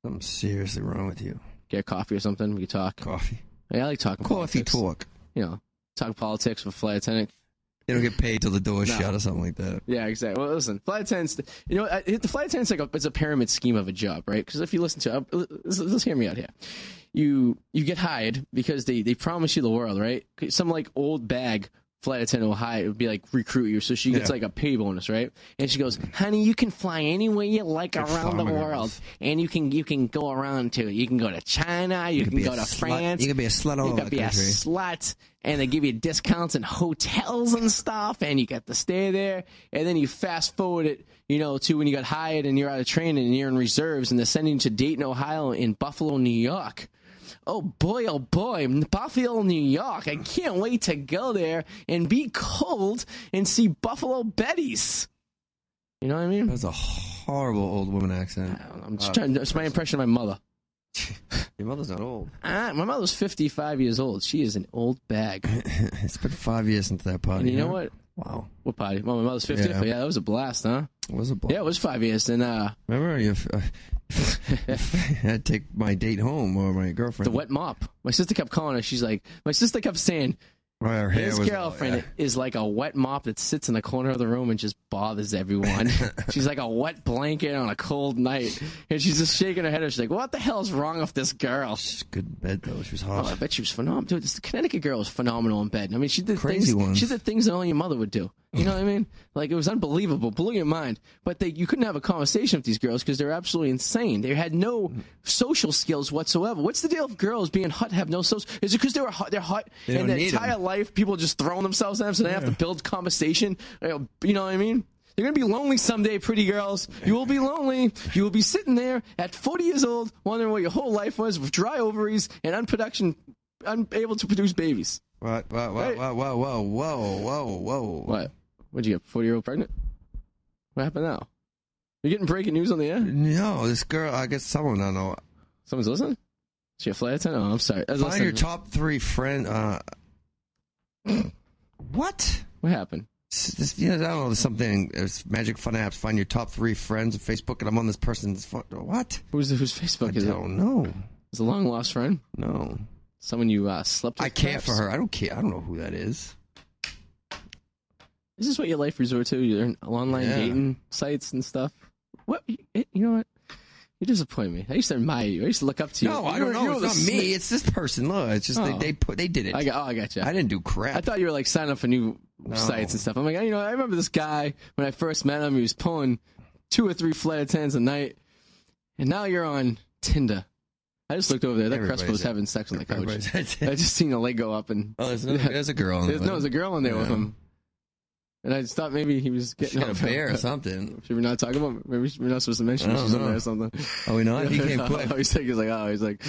Something seriously wrong with you.
Get a coffee or something. We can talk.
Coffee.
Yeah, I like talking.
Coffee
politics.
talk.
You know, talk politics with a flight attendant.
They don't get paid till the door's shut or something like that.
Yeah, exactly. Well, listen, flight attendants. You know, I- the flight attendants like a, it's a pyramid scheme of a job, right? Because if you listen to, uh, let's, let's hear me out here. You you get hired because they they promise you the world, right? Some like old bag flight attendant will hire would be like recruit you, so she gets
Yeah.
like a pay bonus, right? And she goes, "Honey, you can fly anywhere you like around the
farmer
world,
girls.
and you can you can go around to you can go to China, you, can
be
go
a
to
slut-
France,
you can be a slut all
you
over
can
the
be a
country.
slut, and they give you discounts in hotels and stuff, and you got to stay there. And then you fast forward it, you know, to when you got hired and you're out of training and you're in reserves, and they're sending you to Dayton, Ohio, and Buffalo, New York. Oh boy, oh boy, Buffalo, New York. I can't wait to go there and be cold and see Buffalo Betty's. You know what I mean?
That's a horrible old woman accent.
I don't know, I'm just trying. That's my impression of my mother.
Your mother's not old.
Ah, my mother's 55 years old. She is an old bag.
it's been five years since that party.
And you know what?
Wow.
What party? Well, my mother's 50th. Yeah.
Yeah.
that was a blast, huh?
It was a blast.
Yeah, it was five years. And uh,
Remember, you I'd take my date home or my girlfriend.
the wet mop. My sister kept calling her. She's like, my sister kept saying,
Well, Her hair
this
was
girlfriend is like a wet mop that sits in the corner of the room and just bothers everyone. she's like a wet blanket on a cold night. And she's just shaking her head. She's like, what the hell's wrong with this girl?
She's good in bed though. She was
Oh, I
hot.
bet she was phenomenal. Dude, this Connecticut girl was phenomenal in bed. I mean, she did
Crazy
things,
ones.
She did things that only your mother would do. You know what I mean? Like it was unbelievable, blew your mind. But they, you couldn't have a conversation with these girls because they're absolutely insane. They had no social skills whatsoever. What's the deal with girls being hot have no social? Is it because they were hot? They're hot,
They
and
don't
their
need 'em.
entire life people just throwing themselves at them, so they have to build conversation. You know- you know what I mean? They're gonna be lonely someday, pretty girls. You will be lonely. You will be sitting there at 40 years old, wondering what your whole life was with dry ovaries and unproduction, unable to produce babies.
Wow, wow, wow,
Hey.
wow, wow, wow, whoa, whoa, whoa.
What? What'd you get? 40 year old pregnant? What happened now? You're getting breaking news on the air?
No, this girl. I guess someone I know.
Someone's listening? Is she a flight attendant? Oh, I'm sorry. I was
Find your
listening.
top three friend. Uh, what?
what happened?
S- This, you know, I don't know. There's something. It's Magic Fun Apps. Find your top three friends on Facebook, and I'm on this person's phone. What?
Who's whose
I
Facebook is it?
don't know.
It's a long lost friend.
No,
Someone you uh, slept with.
I can't for
perhaps?
her. I don't care. I don't know who that is.
Is this what your life resort to? You're in online
Yeah.
dating sites and stuff. What? You know what? You disappoint me. I used to admire you. I used to look up to you.
No,
You
I
were-
don't
you
know. It's
were
not
the
me. It's this person. Look, it's just
Oh.
they, they put they did it.
I got. Oh, I got you.
I
I,
didn't do crap.
thought you were like signing up for new sites and stuff. I'm like, you know, I remember this guy when I first met him. He was pulling two or three flight attendants a night, and now you're on Tinder. I just looked over there. That Crespo
Everybody's
was
it.
having sex on the couch.
Everybody's it.
I just seen a leg go up, and
Oh, there's, another, there's a girl. In
there's, no, there's a girl in there with
Yeah.
him. And I just thought maybe he was
She
getting
got a
off.
bear or something.
Should we not talk about? Maybe we're not supposed to mention
I
she's
don't
on there
know.
or something.
Oh, we know. He came quick.
he's like, he's like, oh, he's like,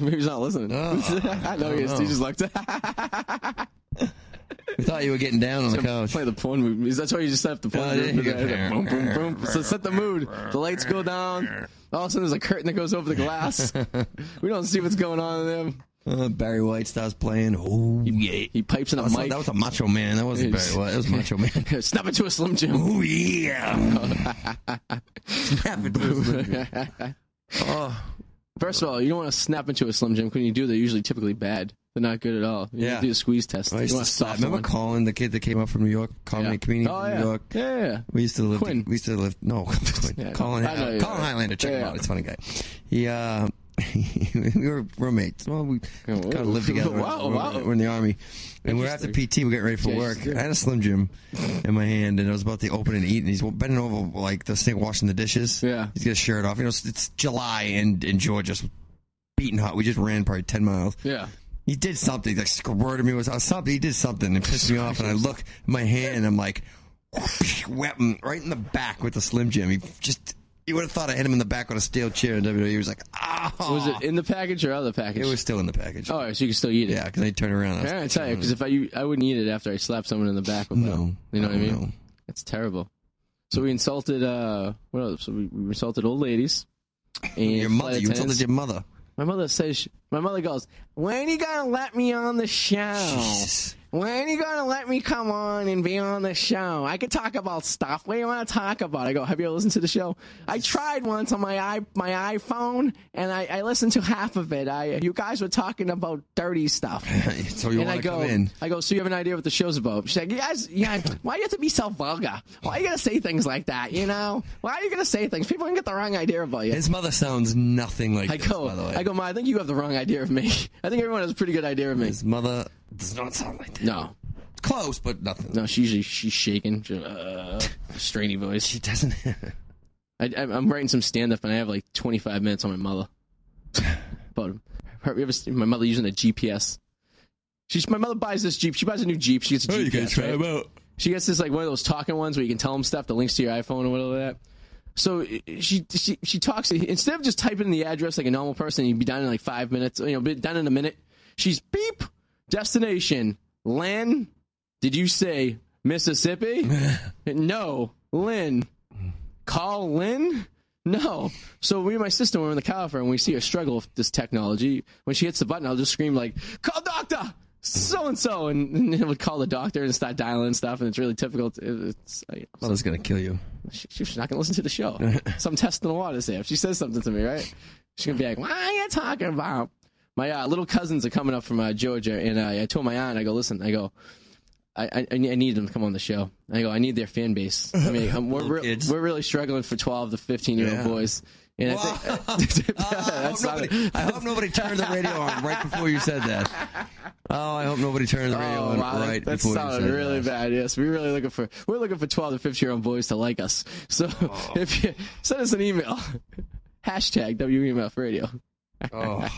maybe he's not listening.
Oh,
I know
I
he is.
don't
He
know.
just looked.
We thought you were getting down on the couch.
Oh, Play the porn movies. That's why you just set up the porn
Oh,
movies.
there you go.
Boom, boom, boom. So set the mood. The lights go down. All of a sudden, there's a curtain that goes over the glass. we don't see what's going on in there.
Uh, Barry White starts playing. Oh yeah,
He pipes in a
That's not-
mic.
that was a Macho Man. That wasn't
It's-
Barry White. That was Macho Man.
Snap it to a Slim Jim.
Oh yeah. Snap it to his lips. Oh,
First of all, you don't want to snap into a Slim Jim. When you do, they're usually typically bad. They're not good at all. You
Yeah. Oh,
do a squeeze test.
I
you
used
want
to
to
slap.
soft
Remember
one.
Colin, the kid that came up from New York, comedy
Yeah.
comedian
Oh,
from
yeah.
New York.
Yeah, yeah.
We used to live.
Quinn.
we used to live. No, Colin.
Yeah,
Colin, uh,
I know you-
Colin Highlander. Check him
Yeah.
out. It's a funny guy. He, uh, we were roommates. Well, we
Yeah,
kind of lived
whoa.
together.
Wow,
we're,
wow.
we're in the army, and we're after PT. We're getting ready for
Yeah,
work.
yeah.
I had a Slim Jim in my hand, and I was about to open and eat, and he's bending over like this thing washing the dishes.
Yeah.
he's got his shirt off. You know, it's, it's July, and and Georgia's beating hot. We just ran probably ten miles.
Yeah.
He did something, like squirted me with something. He did something and pissed me off. And I look at my hand, and I'm like, weapon right in the back with the Slim Jim. He just, you would have thought I hit him in the back with a steel chair in WWE. He was like, ah.
Was it in the package or out of the package?
It was still in the package.
Oh, so you can still eat it.
yeah, because I turned around.
Yeah, I tell you, because if I you- I wouldn't eat it after I slapped someone in the back with
No.
that. You know what I mean?
No.
That's terrible. So we insulted. uh What else? So we, we insulted old ladies. And
your mother,
flight
you
attendants.
insulted your mother.
My mother says. she- my mother goes. When are you gonna let me on the show?
Jesus.
When are you gonna let me come on and be on the show? I could talk about stuff. What do you want to talk about? I go. Have you ever listened to the show? I tried once on my i my iPhone, and I, I listened to half of it. I you guys were talking about dirty stuff.
so you
and I
want to
go, "Oh,
come in.
I go. So you have an idea what the show's about? She's like, you guys, you guys, why do you have to be so vulgar? Why are you gonna say things like that? You know, why are you gonna say things? People are gonna get the wrong idea about you.
His mother sounds nothing like
I
this,
go,
by the way.
I go, Ma, I think you have the wrong idea of me. I think everyone has a pretty good idea of me.
His mother does not sound like that.
No,
Close, but nothing.
no, she's usually she's shaking, she, uh, strainy voice.
She doesn't.
I, I'm I'm writing some stand up and I have like 25 minutes on my mother. But her, you ever seen my mother using a GPS? She's, my mother buys this Jeep. She buys a new Jeep. She gets a GPS. right?
out.
She gets this like one of those talking ones where you can tell them stuff that links to your iPhone or whatever that. So i- she she she talks instead of just typing in the address like a normal person. You'd be done in like five minutes. You know, be done in a minute. She's beep destination. Lynn, did you say Mississippi? no, Lynn. Call Lynn. No. So we and my sister were in the car with her, and we see her struggle with this technology. When she hits the button, I'll just scream like, "Call doctor, so and so," and it would call the doctor and start dialing and stuff, and it's really difficult. It- It's, uh, I-
Mother's gonna kill you.
she, she's not gonna listen to the show. so I'm testing the waters there. If she says something to me, right, she's gonna be like, "What are you talking about?" My uh, little cousins are coming up from uh, Georgia, and uh, I told my aunt, I go, "Listen, I go." I, I, I need I need them to come on the show. I go. I need their fan base. I mean, um, we're
Little
re-
kids.
we're really struggling for twelve to fifteen year
Yeah.
old boys. And I think
I hope,
That's not-
nobody, I hope nobody turned the radio on right before you said that. Oh, I hope nobody turned the radio
Oh,
on
wow,
right
that
before you
sounded
said
really
that.
bad. Yes, we're really looking for we're looking for twelve to fifteen year old boys to like us. So if you send us an email, hashtag WEMF Radio.
Oh,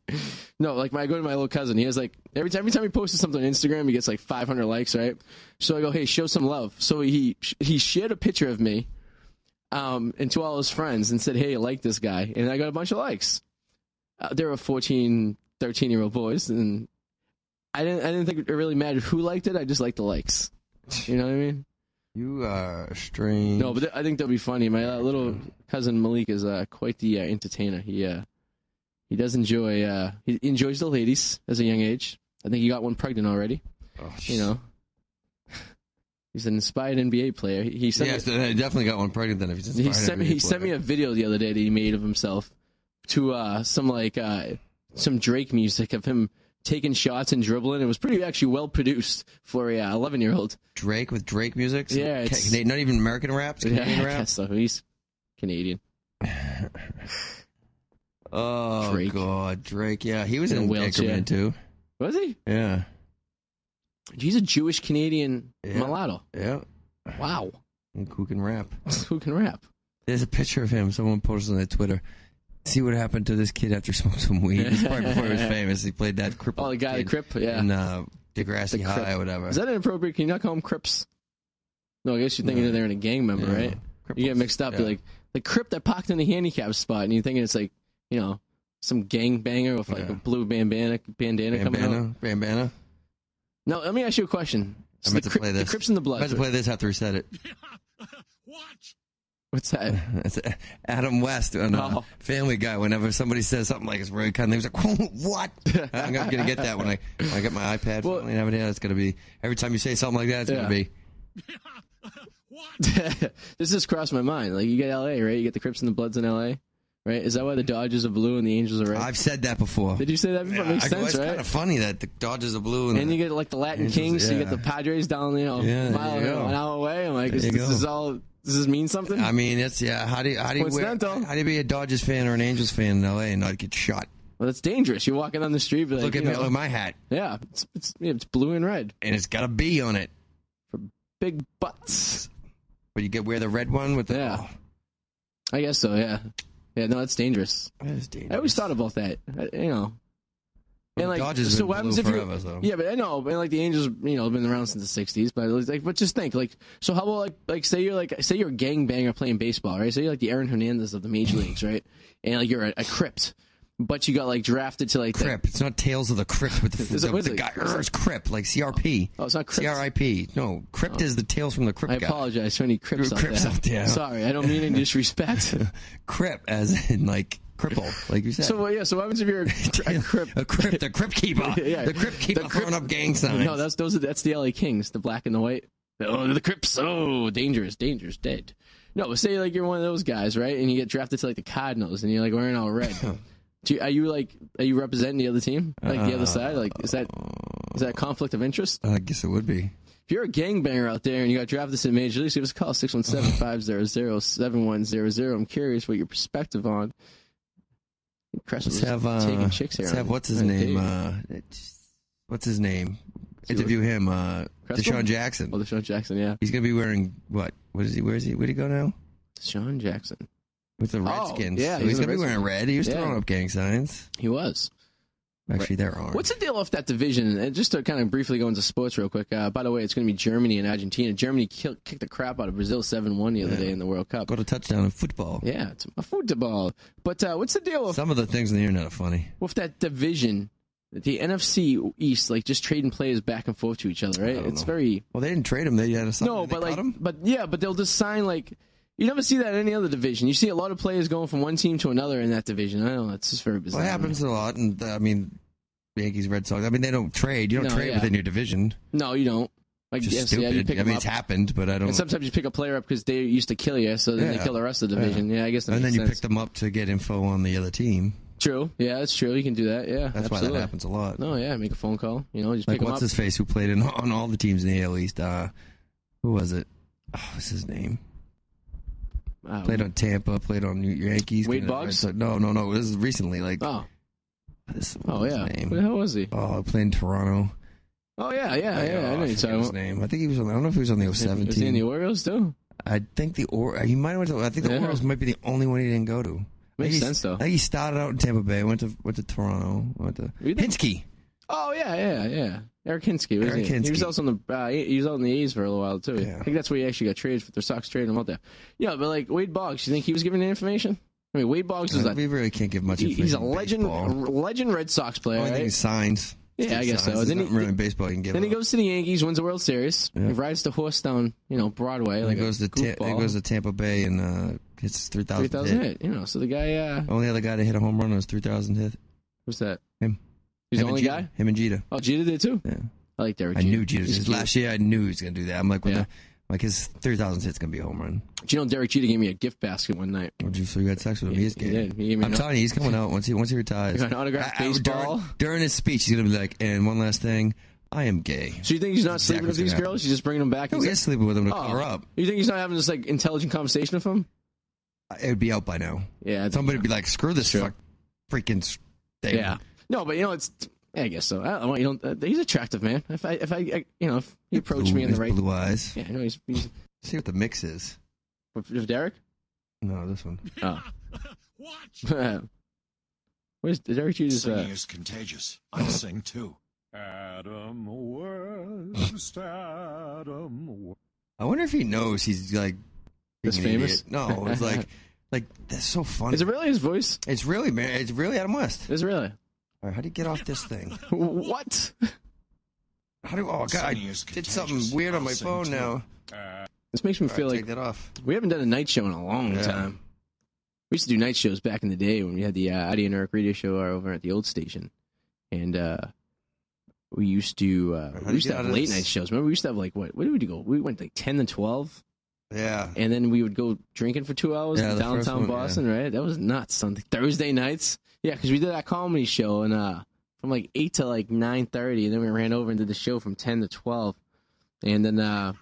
No, like my, I go to my little cousin. He has like every time every time he posts something on Instagram, he gets like 500 likes, right? So I go, hey, show some love. So he he shared a picture of me, um, and to all his friends and said, hey, I like this guy, and I got a bunch of likes. Uh, there were 14, 13 year old boys, and I didn't I didn't think it really mattered who liked it. I just liked the likes. You know what I mean?
you are strange.
No, but th- I think that'd be funny. My uh, little cousin Malik is uh, quite the uh, entertainer. He uh, he does enjoy uh, he enjoys the ladies as a young age. I think he got one pregnant already.
Oh,
You know, he's an inspired NBA player. He, he sent
yes,
me,
I definitely got one pregnant. Then if he's
he sent me he sent me a video the other day that he made of himself to uh, some like uh, some Drake music of him taking shots and dribbling. It was pretty actually well produced for a uh, eleven year old.
Drake with Drake music.
Yeah,
Ca-
it's-
Canadian- not even American raps. Canadian
Yeah,
raps.
so he's Canadian.
Oh
Drake.
God, Drake. Yeah, he was
In a
in,
wheelchair.
Anchorman too.
Was he?
Yeah,
He's a Jewish Canadian
Yeah.
mulatto.
yeah.
Wow.
And who can rap?
Who can rap?
There's a picture of him. Someone posted on their Twitter. See what happened to this kid after smoking some weed. It's probably before he was famous. He played that cripple.
Oh, the guy, the
kid
Crip. Yeah.
In uh, Degrassi
The Crip.
High or whatever.
Is that inappropriate? Can you not call them Crips? No, I guess you're thinking
No.
they're in a gang member,
Yeah.
right? You get
Cripples.
mixed up.
Yeah.
You're like, the Crip that parked in the handicap spot, and you're thinking it's like, you know, some gang banger with like
Yeah.
a blue bandana, bandana, coming out.
Bandana, bandana.
No, let me ask you a question.
I
So
meant
the,
to
Crip-
play
the
this.
Crips in the
I
blood.
meant to play this after we said it.
Watch.
What's that?
That's uh, Adam West on uh,
Oh.
Family Guy. Whenever somebody says something like it's very kind, they was like, "What?" I'm gonna gonna get that when I when I get my iPad.
Well-
finally and have it in. It's gonna be every time you say something like that. It's
Yeah.
gonna be
this just crossed my mind. Like you get LA, right? You get the Crips and the Bloods in LA, right? Is that why the Dodgers are blue and the Angels are red?
I've said that before.
Did you say that before?
Yeah,
Makes
I go,
sense,
it's
right?
kind of funny that the Dodgers are blue and,
and you get like the Latin
Angels,
Kings, so you get
yeah.
the Padres down, you know,
Yeah,
a mile,
there you go.
an hour away. I'm like, is,
you
this
go.
is all. Does this mean something?
I mean, it's yeah. How do you how do you, wear,
Coincidental.
how do you be a Dodgers fan or an Angels fan in LA and not get shot?
well, that's dangerous. You're walking down the street, but like,
Look at
you
me,
know,
look at my hat,
yeah, it's, it's yeah, it's blue and red,
and it's got a B on it.
big butts.
But you get wear the red one with the
Yeah.
oh,
I guess so. Yeah, yeah. No, that's dangerous.
that is dangerous.
I always thought about that. I, you know,
Well,
and
the
like
Dodgers have
so
been
what happens
blue
if you
forever, so.
yeah but i know but like the angels you know have been around since the 60s but like but just think like so how about like like say you're like say you're a gangbanger playing baseball right say you're like the aaron hernandez of the major leagues right and like you're a, a crypt but you got like drafted to like the-
Crip. It's not Tales of the Crypt with the,
Is it-
the,
what is
the
it?
guy. Urgh, it's Crip, like CRP.
Oh, it's not Crypt.
CRIP. No, Crypt is the Tales from the Crypt
I
guy.
apologize to any Crips,
Crips
out
out
there.
there.
Sorry, I don't mean any disrespect.
Crip, as in like cripple, like you said.
so well, yeah, so what happens if you're a, a Crip?
a Crip, the Crip keeper.
Yeah.
The Crip keeper
The Crip-
throwing up gang signs.
No, that's those are that's the LA Kings, the black and the white. Oh, the Crips. Oh, dangerous, dangerous, dead. No, but say like you're one of those guys, right? And you get drafted to like the Cardinals, and you're like wearing all red. Do you, are you like are you representing the other team, like the other side? Like is that is that a conflict of interest?
I guess it would be.
If you're a gangbanger out there and you got drafted to the major leagues, give us a call 617-500-7100. I'm curious what your perspective on.
Let's have uh,
taking chicks here.
Let's have what's his
on a
name?
date.
Uh, it's- what's his name?
he
Interview him. Uh,
Crespo?
Deshaun Jackson.
oh, Deshaun Jackson. Yeah,
He's gonna be wearing what? What is he? Where is he? Where'd he go now?
Deshaun Jackson.
With the
Oh,
Redskins.
yeah,
so
he's
he's
a
gonna be wearing
Redskin.
red. He was
Yeah.
throwing up gang signs.
He was.
Actually, there are.
What's the deal off that division? And just to kind of briefly go into sports real quick. Uh, by the way, it's going to be Germany and Argentina. Germany kill, kicked the crap out of Brazil seven one the other day in the World Cup.
got a touchdown in football?
Yeah, it's a football. But uh, what's the deal with,
Some of the things on the internet are funny.
with that division? The NFC East, like just trading players back and forth to each other, right? It's very
Well, they didn't trade him. They had a sign
no,
and they
but
cut
like,
him.
but yeah, but they'll just sign like you never see that in any other division. You see a lot of players going from one team to another in that division. I don't know, it's just very bizarre.
Well, it happens a lot, and uh, I mean, Yankees, Red Sox. I mean, they don't trade. You don't
No,
trade
yeah.
within your division.
No, you don't. Like
Just
yes,
stupid.
yeah, you
I
pick them
mean,
up.
it's happened, but I don't.
And sometimes you pick a player up because they used to kill you, so then they
Mm-hmm. Yeah.
kill the rest of the division. Yeah, I guess that
and then
makes
you pick
sense.
them up to get info on the other team.
True. Yeah, that's true. You can do that. Yeah,
That's
absolutely.
why that happens a lot.
No, yeah, make a phone call. You know, just
like
pick them
what's
up.
his face who played in on all the teams in the AL East? Uh, who was it? Oh, what's his name?
Uh,
Played on Tampa. Played on New Yankees.
Wade
played on the Red
Boggs?
Sox. No, no, no. This is recently. Like
oh,
this. What
oh
was
yeah.
His name?
Who the hell was he?
Oh, played in Toronto.
Oh yeah, yeah, yeah. I know
forget
you're talking
his
about.
name. I think he was. On, I don't know if he was on the 07
Is he in the
team.
Orioles too?
I think the or he might have went to. I think the
Yeah.
Orioles might be the only one he didn't go to. I think
Makes
he-
sense, though.
I think he started out in Tampa Bay, went to went to Toronto, went to
You think-
Hinsky.
Oh yeah, yeah, yeah. Eric Hinsky, was
Eric
he? He was
Hinske.
also on the uh, he was out in the A's for a little while too.
Yeah.
I think that's where he actually got traded for the Sox trading him out there. Yeah, but like Wade Boggs, you think he was giving any information? I mean, Wade Boggs was a
Uh, we really can't give much.
he- he's a
information in
legend, a
baseball.
legend Red Sox player.
Only
right?
thing is signs.
Yeah, I guess so.
Signs. There's
Then he-
nothing really in baseball you can give.
Then he
up.
goes to the Yankees, wins the World Series. He rides the horse down, you know, Broadway.
Then
Like
he goes to Ta-
goofball.
he goes to Tampa Bay and uh, hits three thousand.
3,000 hit. You know, so the guy, uh,
Only other guy to hit a home run was three thousand hit.
who's that?
Him.
He's
Him
the
and
only
Jeter.
guy?
Him and Jeter.
Oh, Jeter did too?
Yeah.
I like Derek
I
Jeter.
knew Jeter.
He's
His
cute.
last year, I knew he was gonna do that. I'm like, when
Yeah.
the, like his three thousand hit's gonna be a home run.
Do you know Derek Jeter gave me a gift basket one night?
Would you- So you had sex with him?
He-
He is
he
gay.
did. He gave me
I'm
an-
telling you, he's coming out once he once he retires.
He got an autographed
I- I-
baseball.
During, during his speech, he's gonna be like, "And one last thing, I am gay."
So you think he's not sleeping
Exactly
with these
what's gonna
girls? He's just bringing them back?
No,
He's
he is sleeping with him to
like, "Oh."
cover up.
You think he's not having this, like, intelligent conversation with him?
It would be out by now.
Yeah. I think-
Somebody would be like, "Screw this
Sure.
fuck, freaking s- thing."
Yeah. No, but, you know, it's... I guess so. I don't, know, you don't, uh, he's attractive, man. If I, if I, I you know, if he approached
Blue-
me in the
his
right,
blue eyes.
yeah, I know he's, he's
See what the mix is.
with Derek.
No, this one.
Oh. Where's Derek Jeter's? Uh,
Singing is contagious. I sing too.
Adam West, Adam West.
I wonder if he knows he's like. being
This
an
famous?
idiot. No, it's like, like that's so funny.
is it really his voice?
It's really, man. It's really Adam West.
Is it really?
All right, how do you get off this thing?
What?
How do? Oh God, I
Singing is
did something
contagious.
weird on my
Sing
phone
too.
now.
This makes me
All right,
feel like
take that off.
we haven't done a night show in a long
Yeah.
time. We used to do night shows back in the day when we had the uh, Adi and Eric radio show over at the old station, and uh, we used to uh,
How do
we
you
used to
get
have
out of
late
this?
night shows. Remember, we used to have like what? What did we go? We went like ten to twelve,
Yeah.
and then we would go drinking for two hours
Yeah,
in
the first
downtown
one, yeah.
Boston. Right? That was nuts. Something Thursday nights. Yeah, because we did that comedy show and uh, from like eight to like nine thirty, and then we ran over and did the show from ten to twelve, and then uh,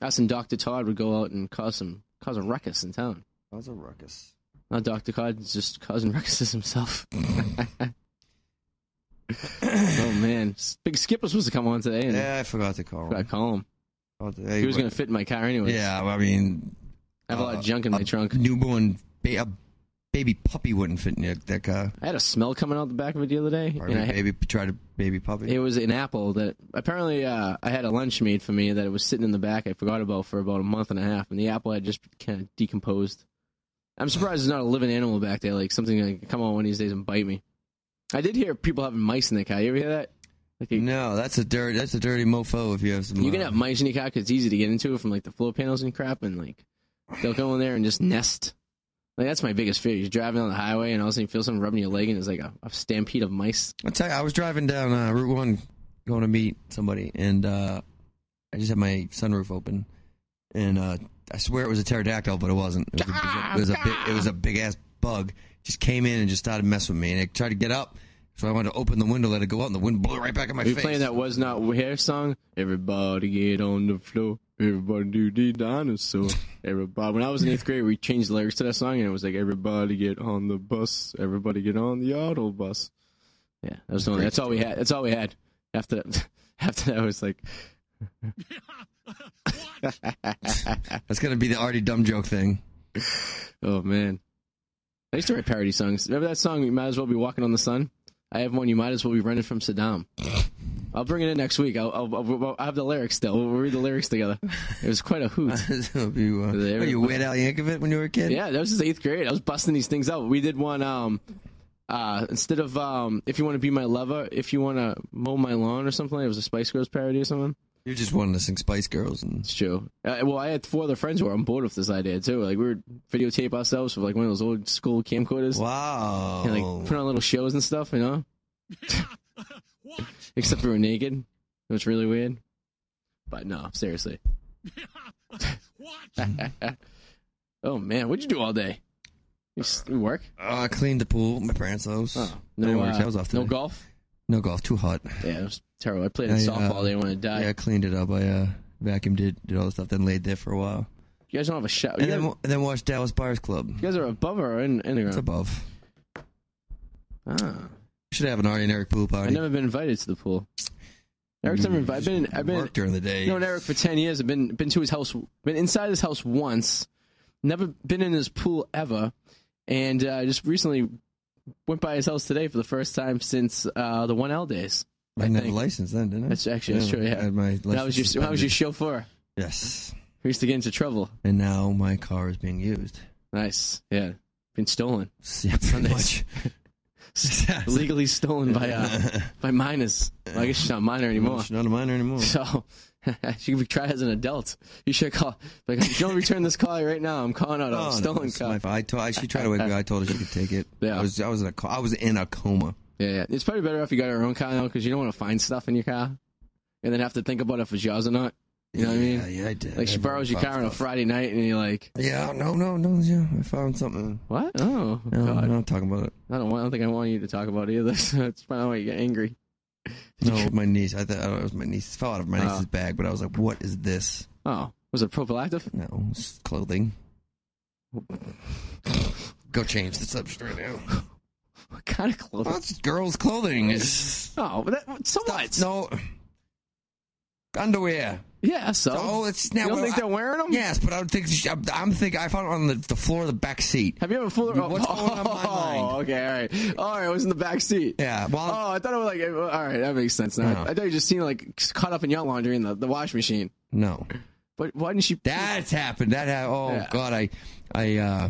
us and Doctor Todd would go out and cause some cause a ruckus in town.
That was a ruckus.
Not Dr. Cod, it's just causing ruckuses himself. oh man, S- Big Skip was supposed to come on today, and
Yeah, I forgot to call
I
him.
call him.
Forgot to-
He was going to fit in my car anyway.
Yeah, well, I mean,
I have a lot
uh,
of junk in my
a
trunk.
Newborn, ba- a baby puppy wouldn't fit in your- that car.
I had a smell coming out the back of it the other day,
Or
and I,
baby, try to baby puppy.
it was an apple that apparently uh, I had a lunch made for me that it was sitting in the back. I forgot about for about a month and a half, and the apple had just kind of decomposed. I'm surprised there's not a living animal back there, like something that could come on one of these days and bite me. I did hear people having mice in their car. You ever hear that? Like they-
no, that's a dirty. That's a dirty mofo. If you have some,
You can
uh,
have mice in your car 'cause it's easy to get into it from like the floor panels and crap, and like they'll go in there and just nest. Like that's my biggest fear. You're driving on the highway and all of a sudden you feel something rubbing your leg, and it's like a, a stampede of mice.
I'll tell you, I was driving down uh, Route One, going to meet somebody, and uh, I just had my sunroof open, and uh, I swear it was a pterodactyl, but it wasn't. It was a, it was a big, it was a big ass bug. Just came in and just started messing with me, and it tried to get up. So I wanted to open the window, let it go out, and the wind blew it right back in my
Are you
face.
playing that "Was Not Here" song? Everybody get on the floor. Everybody do the dinosaur. Everybody. When I was in eighth grade, we changed the lyrics to that song, and it was like, "Everybody get on the bus. Everybody get on the auto bus." Yeah, that was the only, that's all we had. That's all we had. After that, after that, I was like,
That's gonna be the already dumb joke thing.
Oh man, I used to write parody songs. Remember that song? You might as well be walking on the sun. I have one. You might as well be running from Saddam. I'll bring it in next week. I'll, I'll, I'll, I'll have the lyrics still. We'll read the lyrics together. It was quite a hoot.
So if you, uh,
There
were you
we-
Weird Al Yankovic when you were a kid?
Yeah, that was just eighth grade. I was busting these things out. We did one. Um, uh, instead of um, if you want to be my lover, if you want to mow my lawn or something, it was a Spice Girls parody or something.
You just wanted to sing Spice Girls, and
It's true. Uh, well, I had four other friends who were on board with this idea too. Like we would videotape ourselves with like one of those old school camcorders.
wow,
and like put on little shows and stuff, you know. Except we were naked, it was really weird. But no, seriously. oh man, what'd you do all day? You, s- you work?
Uh, I cleaned the pool. at My parents' house.
Oh,
I didn't
no,
work.
uh,
I was off
no
today.
golf.
No golf. Too hot.
Yeah, it was terrible. I played in
I, uh,
softball. They want to die.
Yeah, I cleaned it up. I uh, vacuumed it, did all the stuff, then laid there for a while,
You guys don't have a shower. You,
and then
guys-
and then watched Dallas Buyers Club.
you guys are above or in, in the
It's
ground?
above.
Ah,
Should have an Ari and Eric pool
I've
party.
never been invited to the pool. Eric's never invited. I've been. I've been.
Work during the day.
known Eric for ten years. I've been been to his house, been inside his house once, never been in his pool ever, and uh, just recently went by his house today for the first time since uh, the one L days.
I didn't have a
think.
license then, didn't I?
That's actually that's true.
I
Yeah,
had my license.
that was your that was your chauffeur.
suspended. Yes.
We used to get into trouble.
And now my car is being used.
Nice, yeah, been stolen,
Yeah, pretty much.
Nice. legally stolen by uh, by minors. Well, I guess she's not minor anymore.
It's not a minor anymore.
So she can be tried as an adult. You should call. Like, if you don't return this call right now, I'm calling out a
Oh, no,
stolen
it's
car.
my fault. I told, I, she tried to wake me. up. I told her she could take it.
Yeah.
I was I was in a co- I was in a coma.
Yeah, yeah. It's probably better if you got your own car now because you don't want to find stuff in your car and then have to think about if it's yours or not. You know what I mean?
Yeah, yeah, I did.
Like
I
she borrows your
found
car on a
stuff.
Friday night and you're like,
Yeah, no, no, no. Yeah, I found something.
what? Oh,
No,
God.
I'm not talking about it.
I, don't want, I don't think I want you to talk about it either. So that's probably why you get angry.
No, my niece. I thought I don't know, it was my niece. It fell out of my
Oh.
niece's bag, but I was like, "What is this?"
Oh, was it prophylactic?
No, it's clothing. Go change the subject right now.
What kind of
Well,
clothes?
it's girls' clothing. It's
Oh, but that, so what?
no underwear.
Yeah, so.
Oh, it's now.
you don't
well,
think
I-
they're wearing them?
Yes, but I don't think. I'm, I'm thinking. I found it on the, the floor of the back seat.
Have you ever fooled around?
What's going on in my
Oh,
mind?
okay, all right. All right, it was in the back seat.
Yeah. Well,
Oh, I thought it was like, all right, that makes sense now.
No.
I thought you just seen like caught up in your laundry in the, the wash machine.
no.
But why didn't she?
That's happened. That ha- oh
Yeah.
god, I I uh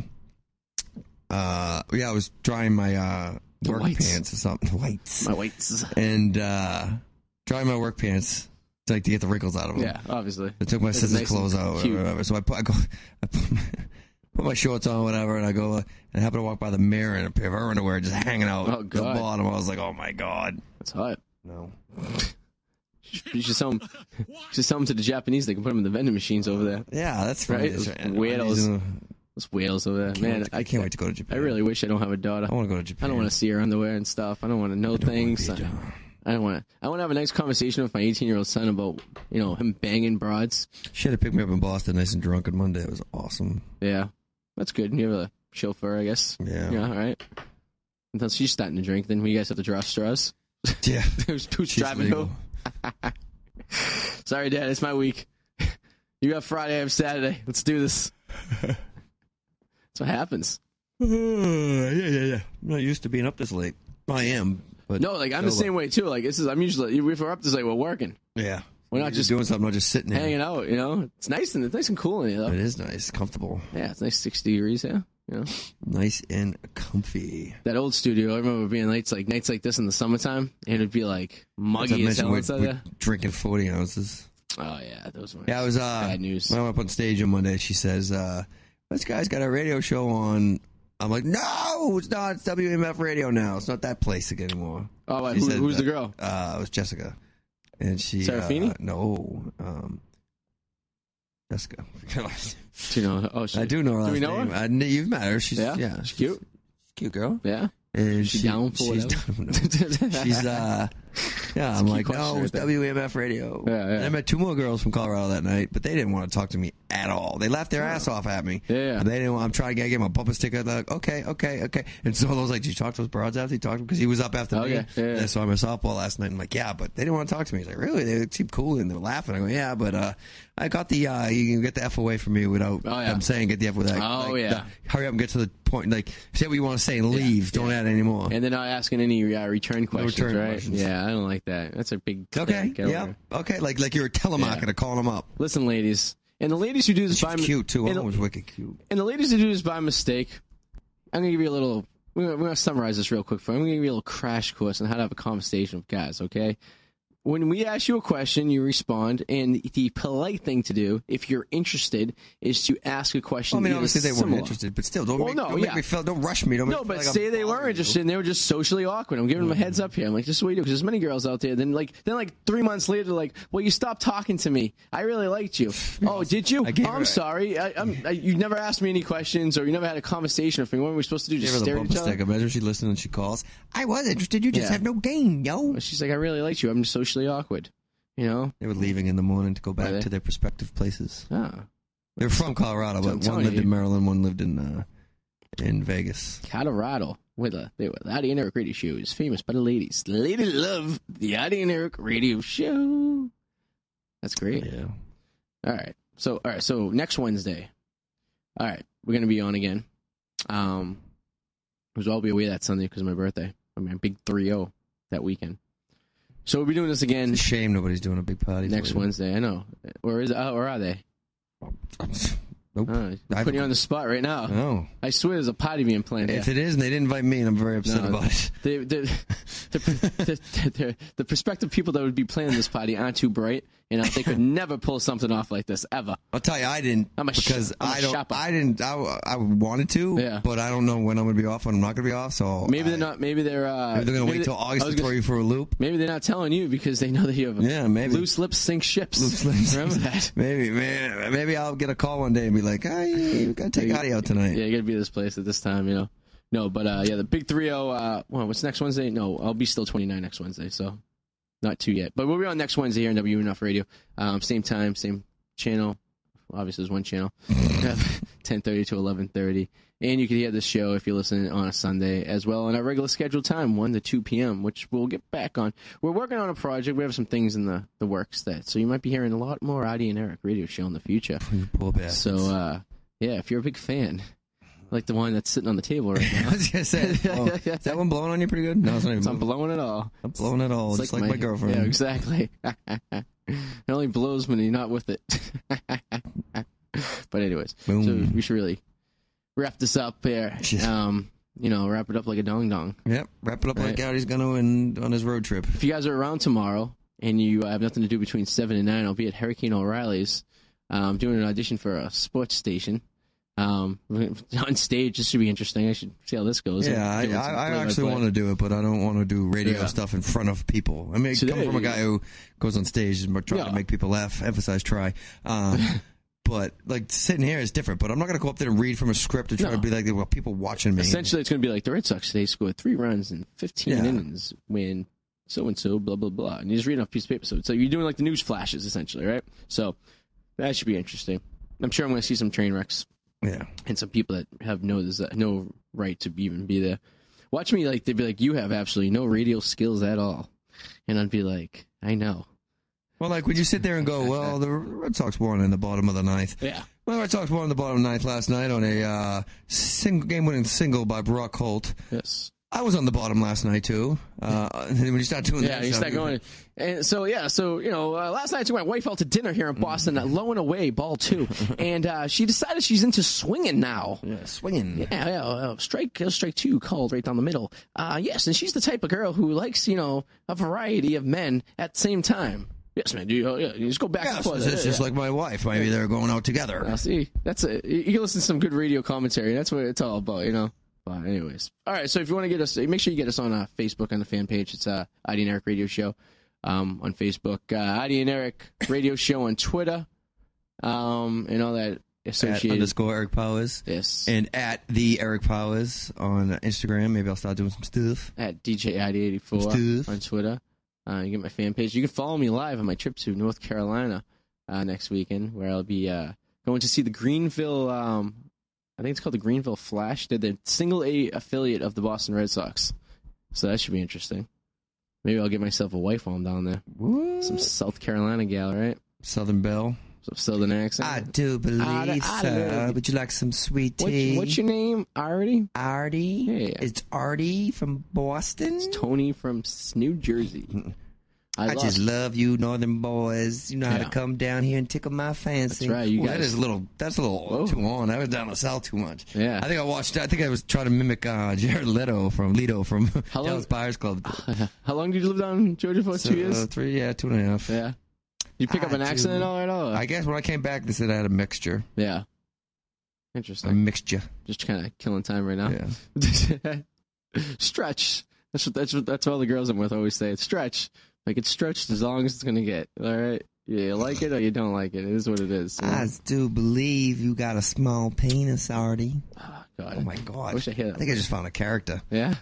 uh yeah, I was drying my uh
The
work
whites.
pants or something. Whites.
My weights.
And uh drying my work pants It's like to get the wrinkles out of them.
Yeah, obviously.
I took my
It's
sister's
nice and
clothes out, or
cute.
whatever. So I put, I go, I put my, put my shorts on, whatever, and I go, uh, and I happen to walk by the mirror in a pair of her underwear just hanging out
Oh,
the
God.
bottom. I was like, oh my god,
That's hot.
no.
You should sell them. should sell them to the Japanese. They can put them in the vending machines over there.
Yeah, that's uh,
Right?
That's
Those weirdos. Those whales over there, man.
wait- I can't wait to go to Japan.
I really wish I don't have a daughter.
I want to go to Japan.
I don't want to see her underwear and stuff. I don't want to know
don't wanna
things. uh,
be
I,
a dog.
I don't want to. I want to have a nice conversation with my 18 year old son about you know him banging broads.
She had to pick me up in Boston, nice and drunk on Monday. It was awesome.
Yeah, that's good. You have a chauffeur, I guess.
Yeah.
Yeah. All right. Until she's starting to drink, then we guys have to draw straws.
Yeah,
Who's who's
she's
driving
legal.
who? Sorry, Dad. It's my week. you got Friday. I have Saturday. Let's do this. that's what happens.
yeah, yeah, yeah. I'm not used to being up this late. I am, but
No, like I'm the
still, uh,
same way too. Like this is I'm usually if we're up this late, we're working,
Yeah,
We're not
You're
just
doing something. Not just sitting there.
hanging out. You know, it's nice and it's nice and cool in here though.
It is nice, comfortable,
Yeah, it's nice sixty degrees. Yeah, you know
nice and comfy.
that old studio. I remember being nights like nights like this in the summertime, and it'd be like
As I
muggy as
mentioned,
hell
we're-
outside
we're
there.
drinking forty ounces.
Oh yeah, those were
Yeah, it was uh,
bad news.
When I went up on stage on Monday, she says, uh, "This guy's got a radio show on." I'm like, "No, it's not. It's WMF Radio now. It's not that place anymore."
oh, wait,
She
who,
said
who's the
that-
girl?
Uh, it was Jessica, and she
Serafini?
Uh, no, um, Jessica.
Do you know? Oh, she,
I do know her.
Do
last
we know
name.
her?
I kn- you've met her. She's
yeah,
yeah,
she's cute.
cute girl.
Yeah,
And
She down for
she's
whatever?
down- no. She's uh, yeah. I'm
key
like,
question
no,
right
it's
there.
WMF radio.
Yeah, yeah.
And I met two more girls from Colorado that night, but they didn't want to talk to me at all. They laughed their ass off at me.
Yeah, yeah.
But They didn't. want I'm trying to get my bumper sticker. They're like, okay, okay, okay. And so I was like, did you talk to those broads after you talked to Because he was up after me.
Okay, Oh, yeah, yeah.
And I saw him at softball last night. I'm like, yeah, but they didn't want to talk to me. He's like, really? They seemed cool and they're laughing. I go, yeah, but uh, I got the uh, you can get the f away from me without.
Oh, yeah.
I'm saying get the f without.
Oh,
like,
yeah.
the- hurry up and get to the point. Like, say what you want to say and leave. Don't add any more.
and they're not asking any uh, return questions,
return
right?
questions.
Yeah, I don't like that. That's a big
okay.
thing. Get over
Yeah.
it.
Okay. Like like you're a telemarketer calling them up.
Listen, ladies, and the ladies who do this
She's
by
cute too.
and
Ellen
the-
was wicked cute.
and the ladies who do this by mistake, I'm gonna give you a little. We're gonna, we're gonna summarize this real quick for. you. I'm gonna give you a little crash course on how to have a conversation with guys. Okay. When we ask you a question, you respond, and the polite thing to do, if you're interested, is to ask a question.
I mean,
that is
obviously they weren't
similar.
interested, but still, don't,
Well,
make,
no,
don't make
yeah.
me feel. Don't rush me. Don't make
No,
me
but
feel like
say
I'm
they were
bothering you.
interested, and they were just socially awkward. I'm giving them a heads up here. I'm like, just what do you do, because there's many girls out there. Then, like, then like three months later, they're like, well, you stopped talking to me. I really liked you. Oh, did you?
I gave
oh,
her
I'm
a-
sorry. I, I'm, I, you never asked me any questions, or you never had a conversation with me. What were we supposed to do?
Give
Just
her the
stare at
bumper
each other.
sticker. Imagine she listened and she calls. I was interested. You just
Yeah.
have no game, yo.
But She's like, I really liked you. I'm just socially awkward. You know?
They were leaving in the morning to go
Were they?
back to their prospective places.
Ah,
They were from Colorado,
I'm
but one
telling
lived
you.
in Maryland, one lived in uh, in Vegas.
Colorado with a the Audio Network radio show is famous by the ladies. Lady love the Audio Network radio show. That's great.
Yeah.
All right. So all right. So next Wednesday. All right, we're gonna be on again. Um, because I'll be away that Sunday because of my birthday. I mean, big three zero that weekend. So we'll be doing this again
It's a shame nobody's doing a big party.
next
for you.
Wednesday. I know. Or is oh, or are they?
Nope.
Oh, I'm
I have
putting
a-
you on the spot right now.
no.
I swear, there's a potty being planned.
If
here.
it is and they didn't invite me, and I'm very upset
No,
about it.
They, they, the, the, the, the prospective people that would be playing this party aren't too bright. You know, they could never pull something off like this ever.
I'll tell you, I didn't
I'm a sh-
because
I'm a
I do not
shopper.
I didn't. I, I wanted to,
Yeah.
but I don't know when I'm going to be off. When I'm not going to be off. So
Maybe
I-
they're not. Maybe they're. Uh,
Maybe they're going to wait
maybe they-
till August
I
to
was
throw
gonna-
you for a loop.
Maybe they're not telling you because they know that you have.
Yeah, maybe.
Loose lips sink ships.
Loose lips.
Remember that.
Maybe, man. Maybe I'll get a call one day and be like, "Hey, we got to take
Yeah,
Adi out tonight."
Yeah, you got to be at this place at this time. You know. No, but uh, yeah, the big three zero. Uh, well, what's next Wednesday? No, I'll be still twenty nine next Wednesday, so not two yet. But we'll be on next Wednesday here on WNF Radio. Um, same time, same channel. Obviously, there's one channel. Ten thirty to eleven thirty, and you can hear this show if you're listening on a Sunday as well on our regular scheduled time, one to two p.m., which we'll get back on. We're working on a project. We have some things in the the works that, so you might be hearing a lot more Adi and Eric radio show in the future.
You poor bastard.
So uh, yeah, if you're a big fan, like the one that's sitting on the table right
I
now,
was gonna say, oh, is that one blowing on you pretty good? No, it's not even.
it's not
blowing.
blowing at all.
I'm blowing it all,
It's
Oh, just like, my, girlfriend.
Yeah, exactly. it only blows when you're not with it. but anyways,
Boom.
so we should really wrap this up here.
Yeah.
Um, you know, wrap it up like a dong dong.
Yep. Wrap it up
Right.
like Adi's going to on his road trip.
If you guys are around tomorrow, and you have nothing to do between seven and nine, I'll be at Hurricane O'Reilly's um, doing an audition for a sports station. Um, on stage, this should be interesting. I should see how this goes.
Yeah, I, I, I actually want to do it, but I don't want to do radio
Yeah.
stuff in front of people. I mean, I
So
come
there
from a
you
guy who goes on stage and tries
Yeah.
to make people laugh. Emphasize try. Um, but like sitting here is different. But I'm not going to go up there and read from a script and try
No.
to be like, well, people watching me.
Essentially, it's going to be like the Red Sox today scored three runs in 15
Yeah.
innings when so and so, blah, blah, blah. And you just read off a piece of paper. So, so you're doing like the news flashes, essentially, right? So that should be interesting. I'm sure I'm going to see some train wrecks
yeah.
and some people that have no desi- no right to be, even be there. Watch me, like, they'd be like, you have absolutely no radio skills at all. And I'd be like, I know.
Well, like when you sit there and go, well, the Red Sox won in the bottom of the ninth.
Yeah.
Well, the Red Sox won in the bottom of the ninth last night on a uh, single game-winning single by Brock Holt.
Yes.
I was on the bottom last night too. Uh, and when you start doing
Yeah,
that,
you start
stuff,
going. And so, yeah, so, you know, uh, last night I took my wife out to dinner here in Boston, uh, low and away, ball two. And uh, she decided she's into swinging now.
yeah, swinging.
Yeah, yeah, uh, strike, uh, strike two called right down the middle. Uh, yes, and she's the type of girl who likes, you know, a variety of men at the same time. Yes, man, you, uh, yeah, you just go back
Yeah,
and
so
forth.
it's
Yeah,
just like my wife. Maybe they're going out together.
Now, see, that's a you can listen to some good radio commentary. That's what it's all about, you know. But anyways, all right. So if you want to get us, make sure you get us on uh, Facebook on the fan page. It's uh, ID and Eric Radio Show um, on Facebook. Uh, ID and Eric Radio Show on Twitter, um, and all that
At
associated.
underscore Eric Powers
Yes,
and at the Eric Powers on Instagram. Maybe I'll start doing some stuff.
at DJ ID eighty four
Steve.
on Twitter. Uh, you get my fan page. You can follow me live on my trip to North Carolina uh, next weekend, where I'll be uh, going to see the Greenville. Um, I think it's called the Greenville Flash. They're the single A affiliate of the Boston Red Sox, so that should be interesting. Maybe I'll get myself a wife while I'm down there. Some South Carolina gal, right?
Southern Belle.
Some Southern
I
accent.
do believe,
I- I
sir.
love-
Would you like some sweet
What's,
tea?
what's your name? Artie?
Artie?
Yeah.
It's Artie from Boston.
It's Tony from S- New Jersey.
I,
lost.
just love you, Northern boys. You know how
Yeah.
to come down here and tickle my fancy.
That's right, you
Ooh, that
guys-
is a little. That's a little
Whoa.
too on. I was down the south too much.
Yeah.
I think I watched. I think I was trying to mimic uh, Jared Leto from Leto from
How long-
Dallas Buyers Club.
How long did you live down in Georgia for?
So,
Two years.
uh, three, yeah, two and a half.
Yeah. You pick up
I
an accent
do.
and all at all?
I guess when I came back, they said I had a mixture.
yeah.
A
Interesting.
mixture.
Just kind of killing time right now.
Yeah.
stretch. That's what, that's what that's what all the girls I'm with always say. It's stretch. Like it's stretched as long as it's gonna get. All right. Yeah, you like it or you don't like it. It is what it is.
I do believe you got a small penis, Artie.
oh, God.
Oh my
I
god!
wish I hit
I think I just found a character.
Yeah.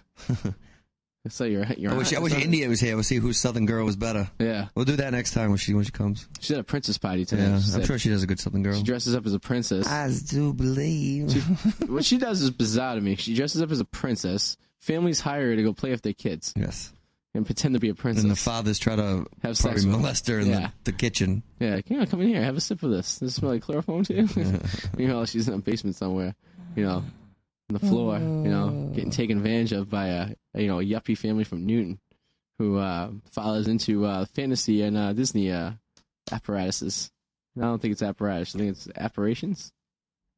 I saw your your.
I wish, I
eyes.
wish India was here. We'll see whose Southern girl was better.
Yeah,
We'll do that next time when she when she comes.
she's at a princess party today.
Yeah,
She
I'm
said
sure she does a good Southern girl.
she dresses up as a princess.
I do believe.
what she does is bizarre to me. She dresses up as a princess. Families hire her to go play with their kids
yes.
and pretend to be a princess.
And the fathers try to
Have
probably
sex with them.
molest her in
Yeah.
the, the kitchen.
Yeah, like, yeah, come in here, have a sip of this. Does it smell like chloroform to you? Meanwhile, she's in a basement somewhere, you know, on the floor, you know, getting
Oh.
taken advantage of by a you know a yuppie family from Newton, who uh, follows into uh, fantasy and uh, Disney uh, apparatuses. And I don't think it's apparatus. I think it's apparitions. Is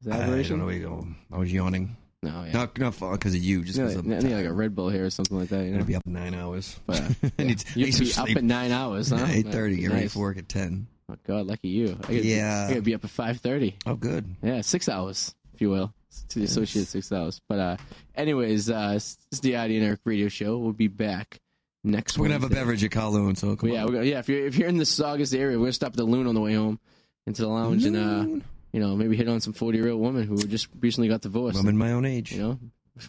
that
I don't
apparition?
know where you go. I was yawning.
no, yeah.
Not not because of you, just
Yeah,
because
like,
I'm
yeah, like a Red Bull here or something like that. You
gonna
know,
be up in nine hours.
but uh,
I need, I
you
need
have
some
to be up
sleep.
at nine hours. Huh?
Eight thirty. Get ready
Nice.
for work at ten.
Oh God, lucky you. I gotta be-
Yeah.
I gotta be up at five thirty.
Oh, good.
Yeah, six hours, if you will, to the associated six hours. But uh, anyways, uh, this is the Adi and Eric Radio Show. We'll be back next.
We're gonna have a
Wednesday.
beverage at Kowloon, so come
yeah,
on.
we're gonna, yeah. If you're if you're in the Saugus area, we're gonna stop at the Loon on the way home into the lounge and uh, you know, maybe hit on some forty year old woman who just recently got divorced.
I'm in my own age.
You know,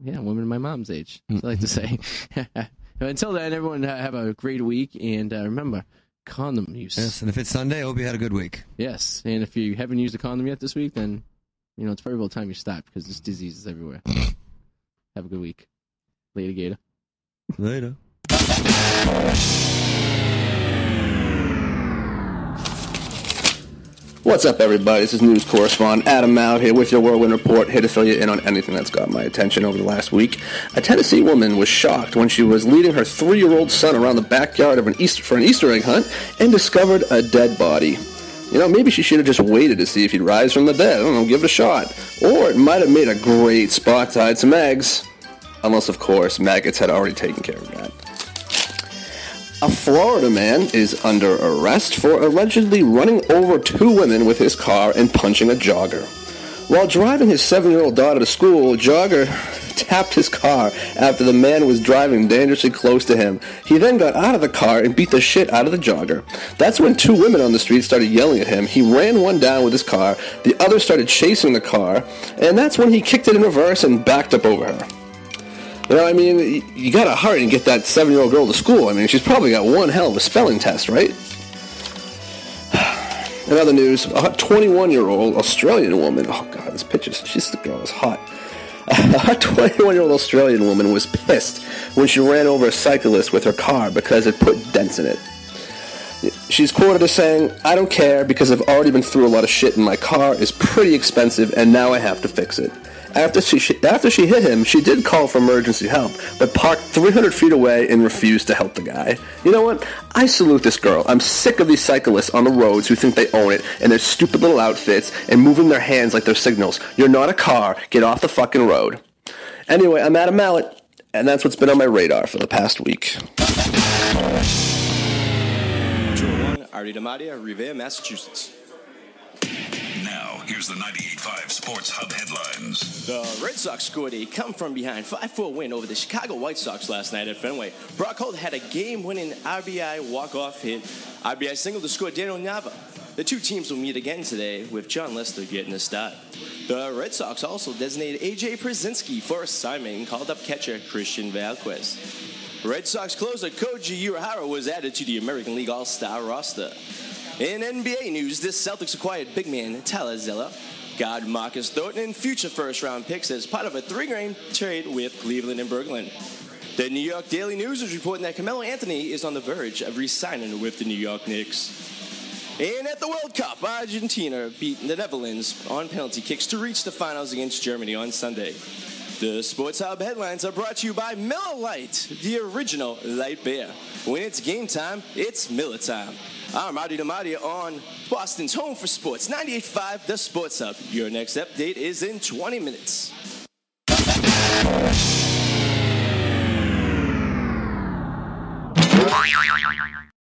yeah, women my mom's age. I like to say.
Mm.
Until then, everyone uh, have a great week and uh, remember condom use.
Yes, and if it's Sunday, I hope you had a good week.
Yes, and if you haven't used a condom yet this week, then you know it's probably about time you stop because this disease is everywhere. Have a good week, later, Gator.
Later.
What's up, everybody? This is news correspondent Adam out here with your Whirlwind Report, here to fill you in on anything that's got my attention over the last week. A Tennessee woman was shocked when she was leading her three-year-old son around the backyard of an Easter, for an Easter egg hunt and discovered a dead body. You know, maybe she should have just waited to see if he'd rise from the dead. I don't know, give it a shot. Or it might have made a great spot to hide some eggs. Unless, of course, maggots had already taken care of that. A Florida man is under arrest for allegedly running over two women with his car and punching a jogger. While driving his seven year old daughter to school, Jogger tapped his car after the man was driving dangerously close to him. He then got out of the car and beat the shit out of the jogger. That's when two women on the street started yelling at him. He ran one down with his car, the other started chasing the car, and that's when he kicked it in reverse and backed up over her. You know, I mean, y- you gotta hurry and get that seven year old girl to school. I mean, she's probably got one hell of a spelling test, right? In other news, a 21 year old Australian woman, oh god, this picture, she's the girl is hot. A 21 year old Australian woman was pissed when she ran over a cyclist with her car because it put dents in it. She's quoted as saying, I don't care because I've already been through a lot of shit and my car is pretty expensive and now I have to fix it. After she, she, after she hit him, she did call for emergency help, but parked 300 feet away and refused to help the guy. You know what? I salute this girl. I'm sick of these cyclists on the roads who think they own it and their stupid little outfits and moving their hands like they're signals. You're not a car. Get off the fucking road. Anyway, I'm Adam Mallet, and that's what's been on my radar for the past week.
Artie DeMaria, Revere, Massachusetts.
Now, here's the 98.5 Sports Hub headlines.
The Red Sox scored a come from behind 5 4 win over the Chicago White Sox last night at Fenway. Brock Holt had a game winning RBI walk off hit, RBI single to score Daniel Nava. The two teams will meet again today with John Lester getting the start. The Red Sox also designated AJ Przinski for assignment and called up catcher Christian Valquez. Red Sox closer Koji Urahara was added to the American League All Star roster. In NBA news, this Celtics acquired big man Tyler Zeller, guard Marcus Thornton, and future first round picks as part of a three game trade with Cleveland and Brooklyn. The New York Daily News is reporting that Carmelo Anthony is on the verge of re signing with the New York Knicks. And at the World Cup, Argentina beat the Netherlands on penalty kicks to reach the finals against Germany on Sunday. The Sports Hub headlines are brought to you by Miller Lite, the original light beer. When it's game time, it's Miller time. I'm Adi Damadia on Boston's Home for Sports, 98.5 The Sports Hub. Your next update is in 20 minutes.